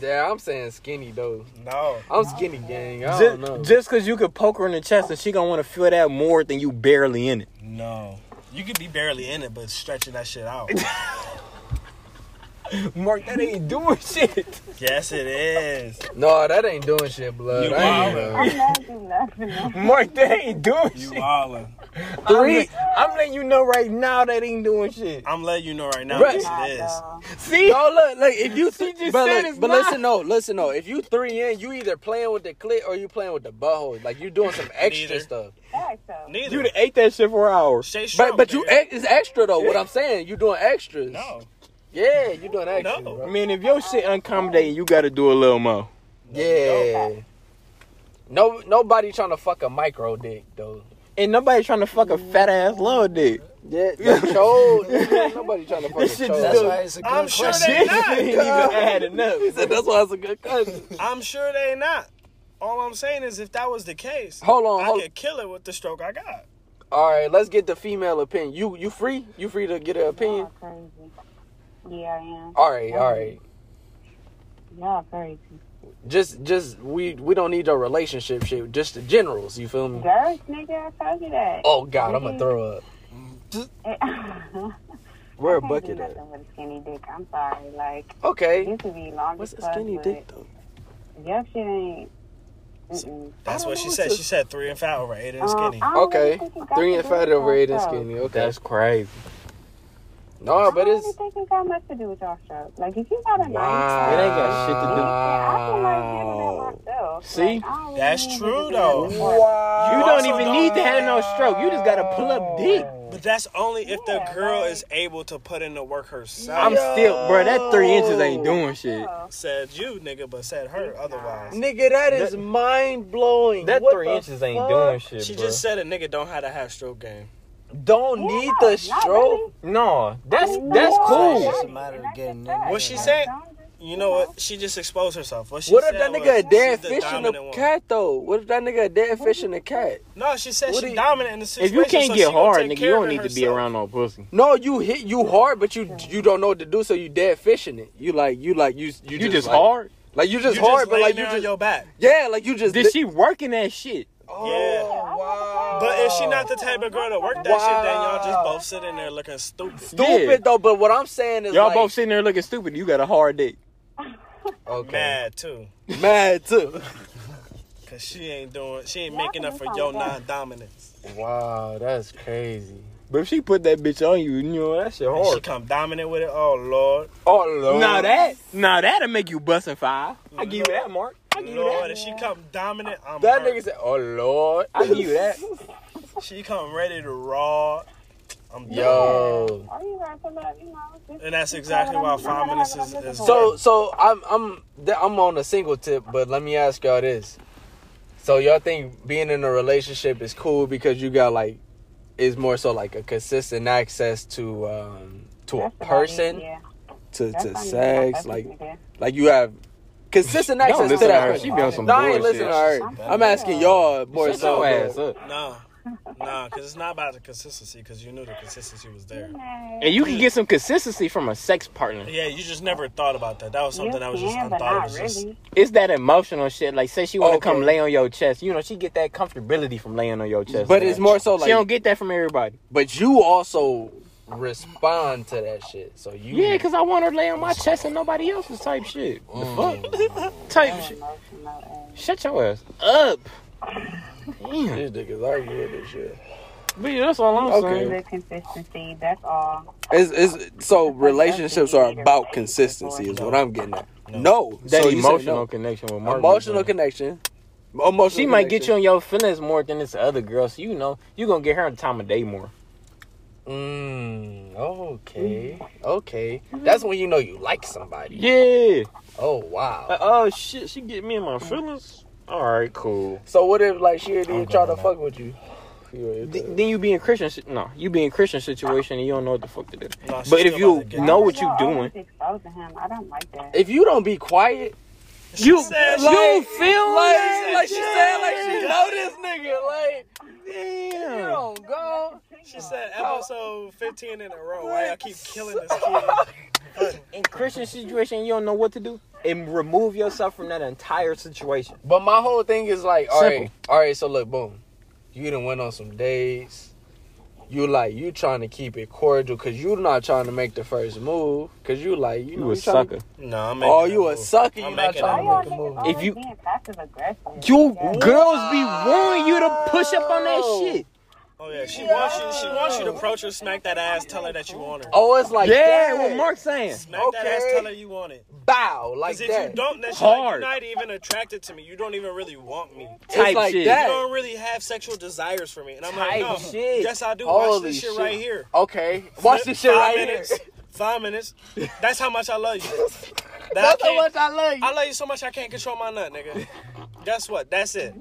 Yeah, I'm saying skinny though.
No.
I'm skinny gang. I don't know.
Just, just cause you could poke her in the chest and she gonna want to feel that more than you barely in it.
No. You could be barely in it, but stretching that shit out.
Mark, that ain't doing shit.
yes, it is.
no, that ain't doing shit, blood.
You
I ain't
wildin'.
know.
I'm not doing nothing.
Mark, that ain't doing
You
shit.
wildin'.
Three. I'm, letting you know right now that ain't doing shit.
I'm letting you know right now.
Right.
Yes, it is.
See,
No, look, look. If you
She
three,
just
but,
said
look,
it's
but
not.
listen, no, listen, no. If you three in, you either playing with the clit or you playing with the butthole. Like you doing some extra
Neither.
stuff.
Sorry, so.
Neither.
you done ate that shit for hours.
Stay strong,
But but you
nigga.
ex- it's extra though. What I'm saying, you doing extras.
No.
Yeah, you doing extras.
No.
I
bro.
mean, if your shit uncommodating, you gotta do a little more.
Yeah. No, nobody trying to fuck a micro dick though.
Ain't nobody trying to fuck a fat ass little dick.
Yeah, the chode. nigga, Nobody trying to fuck a
This shit
chode.
just-
That's why it's a good
I'm sure
question.
they
ain't
not.
even add enough.
He said that's why it's a good cousin.
I'm sure they not. All I'm saying is, if that was the case,
Hold on,
I
hold-
could kill it with the stroke I got.
All right, let's get the female opinion. You you free? You free to get an opinion?
Y'all crazy. Yeah, I am.
All right, all right.
Y'all crazy.
Just just we we don't need your relationship shit. Just the generals. You feel me?
Girls, nigga, I told you that.
Oh God, I'm gonna throw up. Where
I
a
can't
bucket
do
at?
nothing with a skinny dick. I'm sorry. Like, it
Okay.
used to be long
What's
as
a
fuck,
skinny
but
dick though?
Your shit ain't. Mm-mm.
That's
don't
what
know
she
what's
said.
a-
She said three and fat over eight and
Ah.
skinny.
Um, I don't really
Okay,
think it got
three
to
and
do with
five over eight and
y'all's strokes.
skinny. Okay.
That's crazy.
No, but
I don't
it's
really think it got much to do with y'all strokes. Like, if you got a
Wow.
nice
It
nice,
ain't got shit to do.
I can like handle that myself.
See?
Like, I don't really
That's
need to
true,
do
though.
that.
You
You
don't
also
even
don't-
need to have no stroke. You just gotta pull up dick.
But that's only if the
Yeah,
girl
like-
is able to put in the work herself.
I'm still, bro. That three inches ain't doing shit.
Yeah.
said you, nigga, but said her otherwise.
nigga. That is mind blowing.
That three inches ain't doing shit,
She
bro.
just said a nigga don't have to have stroke game.
Don't
Yeah,
need the
not really.
stroke.
No, that's
No,
that's
I
cool.
got
It's a
it.
matter of
Like I
getting
said,
in
What she
like,
said?
don't just-
You know what? She just exposed herself. What, she
What if
said
that nigga a
was,
dead
she's the
fish in
dominant
a
one.
cat though? What if that nigga a dead fish in a cat?
No, she said
What do
she
you-
dominant in the
If
situation.
you can't
so
get
she gonna
hard,
take
nigga, you
care
don't
of it
need to be
herself.
around no pussy.
No, you hit you hard, but you you don't know what to do, so you dead fishing it. You like you like you you,
You just
like-
hard.
Like you just
You
hard,
just
but like
laying
you
there
just
on your back.
yeah, like you just
Did she working that shit?
Yeah.
wow.
But if she
Oh.
not the type of girl to work that shit, then y'all just both sitting there looking stupid.
stupid
Yeah.
though, but what I'm saying is
Y'all
like,
both sitting there looking stupid. You got a hard dick.
Okay.
Mad too.
Mad too.
Cause she ain't doing she ain't
Y'all
making up
can
for
do
your
something like
non dominance.
Wow, that's crazy.
But if she put that bitch on you, you know that shit
She
hard.
come dominant with it. Oh Lord.
Oh lord.
Now that, now that'll make you busting five. I give you that, Mark. I give you
Lord,
that.
if she come dominant, I'm
That
hurt.
nigga said, "Oh Lord,
I give you that.
She come ready to raw. I'm done.
yo."
Or you gotta put up, you know. just-
And that's
just
exactly
call it
why
out.
five
You
minutes
gotta
is,
have it
is
on the
So, so I'm, I'm, th- I'm on a single tip, but let me ask y'all this: So y'all think being in a relationship is cool because you got like, is more so like a consistent access to, um, to a
That's about it,
person,
yeah.
to
That's
to
how you
sex,
fuck
like,
with me,
like you have consistent access to
listen to
that
her.
person.
She be on some
no, I ain't
bullshit.
listening to her.
I'm
I'm asking y'all more so.
up.
no, no, because it's not about the consistency. Because you knew the consistency was there.
man.
And you can get some consistency from a sex partner.
Yeah, you just never thought about that. That was
You
something that was just
can,
unthought.
but
It
not
was just
really.
It's that emotional shit. Like, say she want to
Okay.
come lay on your chest. You know, she get that comfortability from laying on your chest.
But it's more so like,
she don't get that from everybody.
but you also respond to that shit. So you,
Yeah, because I want her to lay on my chest and nobody else's type shit. The fuck? type shit.
Emotional and-
Shut your ass up. Damn.
these niggas argue with this shit.
But yeah, that's all I'm
Okay.
saying.
Good consistency. That's all.
Is is so relationships are about consistency is what I'm getting at. No,
That
so you said
emotional
no.
connection with Mark.
emotional connection. Emotional.
She might get you
connection.
on your feelings more than this other girl, so you know you gonna get her on time of day more.
Mm, okay, okay. That's when you know you like somebody.
Yeah.
Oh wow.
Like, oh shit, she get me in my feelings. All right, cool.
So what if like she didn't try to fuck with you?
Th- then you be in Christian, si- no, you be in Christian situation and you don't know what the fuck to do.
No, she's
but if
still
you
about to get
know
it.
what you
Y'all
doing,
always exposing him. I don't like that.
If you don't be quiet,
you you
said she-
feel
like,
that?
like she said, like she know this nigga, like you
Damn.
don't go.
She said episode 15 in a row. Why y'all keep killing this kid?
In Christian situation, you don't know what to do, and remove yourself from that entire situation.
But my whole thing is like, all right,
Simple.
all right. So look, boom, you done went on some dates. You like you trying to keep it cordial because you not trying to make the first move because you like you, know, you tryna-
No, I'm making
Oh,
that
you a
move.
sucker! You
I'm
not
making that
trying
move.
to make a
Y'all niggas
move.
always
If you-
being passive aggressive.
You girls be wanting you to push up on that shit.
Oh yeah, she wants you. She wants you to approach her, smack that ass, tell her that you want her.
Oh, it's like
yeah,
that.
what Mark's saying.
Smack that ass,
okay.
tell her you want it.
bow like
Because if
that.
you don't, then she's
Hard.
like, you're not even attracted to me. You don't even really want me.
It's
Type
like
shit.
You
that.
don't really have sexual desires for me. And I'm
Type
like, no.
shit.
Yes, I do. Watch
Holy
this shit,
shit.
right here.
Okay, watch this shit
Five
right
minutes,
here.
Five minutes. That's how much I love you. That
That's
I
how much
can't-
I love you.
I love you so much I can't control my nut, nigga. Guess what? That's it.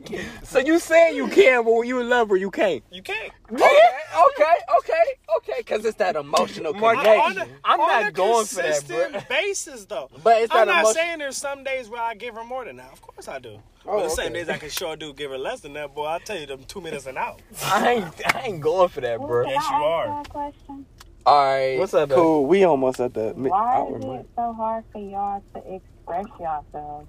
So you saying you can, but when you in love her, you can't.
You can't.
Okay, okay, okay, okay, because it's that emotional
Mark,
connection.
Hey, I'm not going for that, bro.
consistent basis, though.
But it's
I'm
that
not
emotion-
saying there's some days where I give her more than that. Of course I do. Oh, but the same
okay.
days I can sure do give her less than that, boy. I'll tell you them two minutes and out.
I ain't, I ain't going for that, bro.
Yes, you are.
All right.
What's up, though?
Cool. We almost at the mid
Why
hour
is
mark.
it so hard for y'all to express yourselves?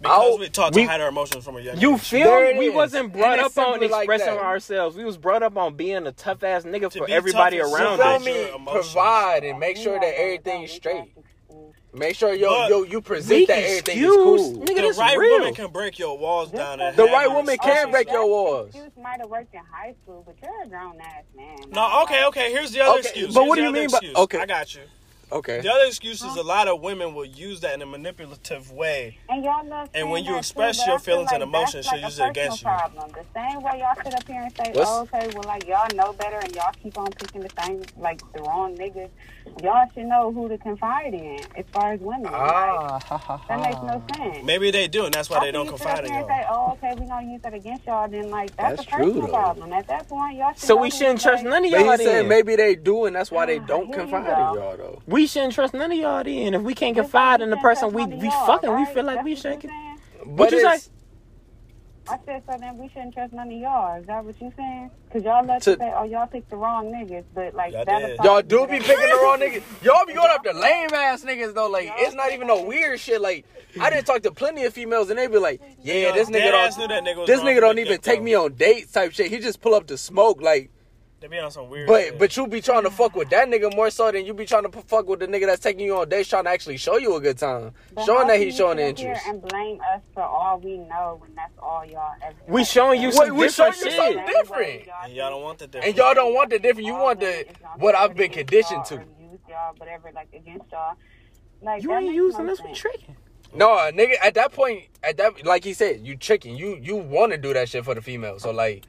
Because
I'll-
we taught
we-
to hide our emotions from a young
You
age.
There
feel
it
me? We
is.
wasn't brought
And
up
it's
on
simply like
expressing
that.
ourselves. We was brought up on being a tough ass nigga for
be
everybody
tough is
around
so
Tell
us.
much.
me,
Your emotions.
provide and make sure that everything's straight. Make sure yo
But-
yo you present that everything is cool.
Nigga,
the
this
right
real.
woman can break your walls down. And
The
have
right
you
woman
discuss
can break
yourself.
your walls.
You might have worked in high school, but you're a grown ass man.
No, okay, okay. Here's the other
Okay,
excuse.
but
Here's
what do
the
you
other
mean by-
excuse.
okay.
I got you.
Okay.
The other excuse is a lot of women will use that in a manipulative way.
And y'all love
And when
saying
you
that
express
too, but
your
I feel
feelings and
like
emotions,
that's
she'll
like a
use it against
personal
you.
Problem. The same way y'all sit up here and say,
What's-
oh, okay, well, like, y'all know better and y'all keep on picking the same, like, the wrong niggas. Y'all should know who to confide in as far as women.
Ah,
like, that makes no sense.
Maybe they do, and that's why they
After
don't
you sit up
confide in
here and
you.
say, oh, okay, we're going to use that against y'all, then, like, that's,
That's
a
true,
personal
though.
problem. At that point, y'all should
So
know
we
who
shouldn't
to,
trust
like,
none of
But
y'all
he said
then.
maybe they do, and that's why they don't
Here you
confide
go.
in y'all though.
We shouldn't trust none of y'all then. If we can't
Just
confide
like
in the
you shouldn't
person
trust
we
none of
we
y'all,
fucking, we
right?
feel like
That's
we
what you're
shouldn't.
saying?
But
you
it's
I said, so then we shouldn't trust none of y'all. Is that what you saying? Because y'all love
To-
to say, oh, y'all picked the wrong niggas. But, like,
Y'all
that
did.
applies
y'all
to
do
whatever
be picking the wrong niggas. Y'all be going after lame ass niggas though. Like it's not even no weird shit. Like I didn't talk to plenty of females, and they be like, yeah, this
Dead
nigga
ass knew
don't.
that nigga was
This
wrong
nigga
from
don't
the
even
get-go.
take me on dates type shit. He just pull up to smoke. Like
They be on some weird.
But
shit.
but you be trying to fuck with that nigga more so than you be trying to p- fuck with the nigga that's taking you on dates trying to actually show you a good time.
But
showing
how
that
can
he's
you
showing
sit here
interest.
And blame us for all we know when that's all y'all ever.
We showing you some
we showing
different
you
shit.
something different.
and y'all don't want the difference.
And y'all don't want the different, you want the what I've been conditioned to.
Use y'all, whatever, like against y'all. Like
You
that
ain't
makes
using
no
this with
sense.
tricking.
No, uh, nigga, at that point, at that like he said, you chicken. You you wanna do that shit for the female. So like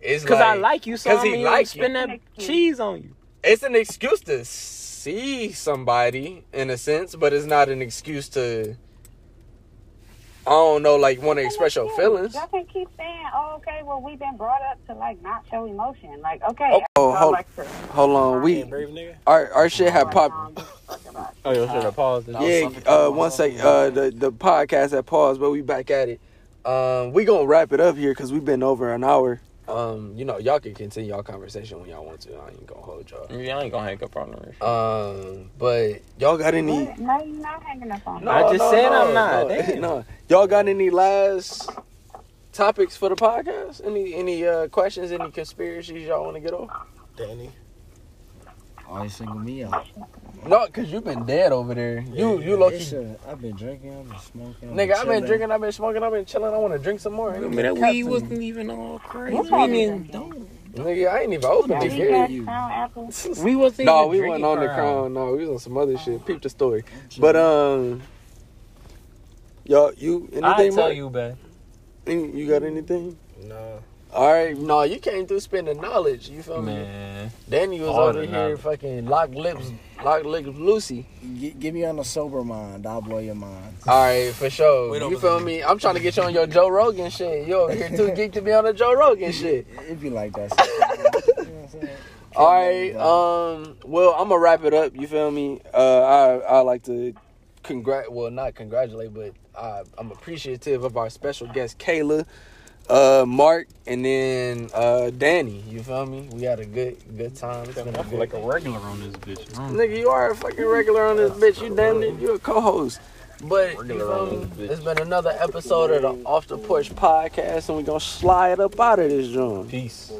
it's
Cause I like you, so
Cause
I
he
mean,
like you.
spin that cheese on you.
it's an excuse to see somebody in a sense, but it's not an excuse to I don't know, like want to express your feelings.
Y'all can keep saying, "Oh, okay, well, we've been brought up to like not show emotion." Like, okay,
Oh, oh,
I
hold-
like to-
Hold on, we
Brave nigga.
our our shit had
like,
popped.
um, just talk about it.
Oh, yo, should I pause this?
Yeah, uh, one sec. Uh, the the podcast had paused, but we back at it. Um, we gonna wrap it up here because we've been over an hour. Um, you know, y'all can continue y'all conversation when y'all want to. I ain't gonna hold y'all.
I ain't gonna hang up on her.
Um, but y'all got any?
What? No, you're not hanging up on me.
I just said I'm not.
No,
Damn.
no. y'all got any last topics for the podcast? Any any uh, questions? Any conspiracies y'all want to get off?
Danny.
Why Oh, you single me out?
No, cause you've been dead over there. You you low key.
Listen, I've been drinking, I've been smoking. I've
Nigga, I've been
chilling.
drinking, I've been smoking, I've been chilling. I want to drink some more.
I mean, that weed wasn't even all crazy.
What's
We ain't
wrong
even
with
done.
Nigga, I ain't even open
Y'all
the
eat
gate.
that Crown apple?
We wasn't.
No,
even
we
drinking
wasn't on the
Crown.
crown. No, we was on some other shit. Peep the story. But um, y'all, you anything?
I tell
Mark?
you, man.
Any- you got anything?
No.
All right, no, you came through spending knowledge. You feel me?
Man,
Danny was
All
over
the
here
knowledge.
fucking lock lips, lock lips, Lucy.
G- Get me on a sober mind. I'll blow your mind.
All right, for sure.
We don't
You feel
believe
me? I'm trying to get you on your Joe Rogan shit. You over here too geeked to be on the Joe Rogan shit.
It'd be like that. you know what I'm saying?
All right. Um. Well, I'm gonna wrap it up. You feel me? Uh. I I like to congrat. Well, not congratulate, but I I'm appreciative of our special guest Kayla, uh, Mark, and then uh Danny. You feel me? We had a good good time. It's been a
I feel
good.
like a regular on this bitch. I don't-
Nigga, you are a fucking regular on this bitch. You damn it. You a co-host. But you feel me? It's been another episode of the Off the Porch podcast, and we gonna slide up out of this joint.
Peace.